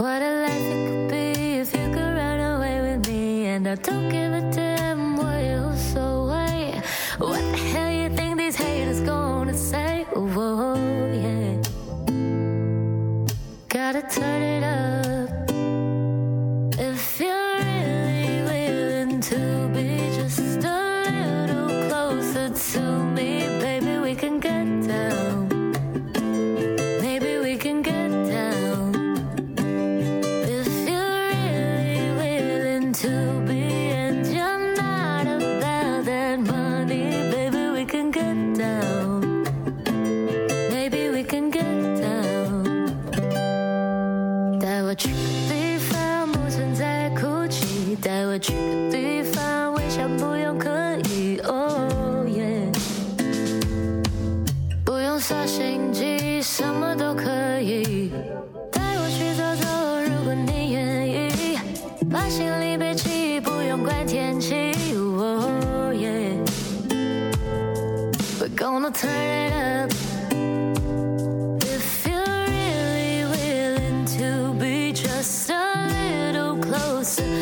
Speaker 12: What a life it could be if you could run away with me. And I don't give a damn what you so wait. What the hell you think these haters gonna say? Whoa, yeah. Gotta turn it up. If you're really willing to be just a little closer to me, baby, we can get down. Maybe we can get down. If you're really willing to be, and you're not about that money, baby, we can get down. Maybe we can get down. 带我去个地方，不存在哭泣；带我去个地方，微笑不用刻意。哦耶，不用耍心机，什么都可以。带我去走走，如果你愿意，把行李背起，不用管天气。哦耶，We're gonna turn it up。If you're really willing to be just a little closer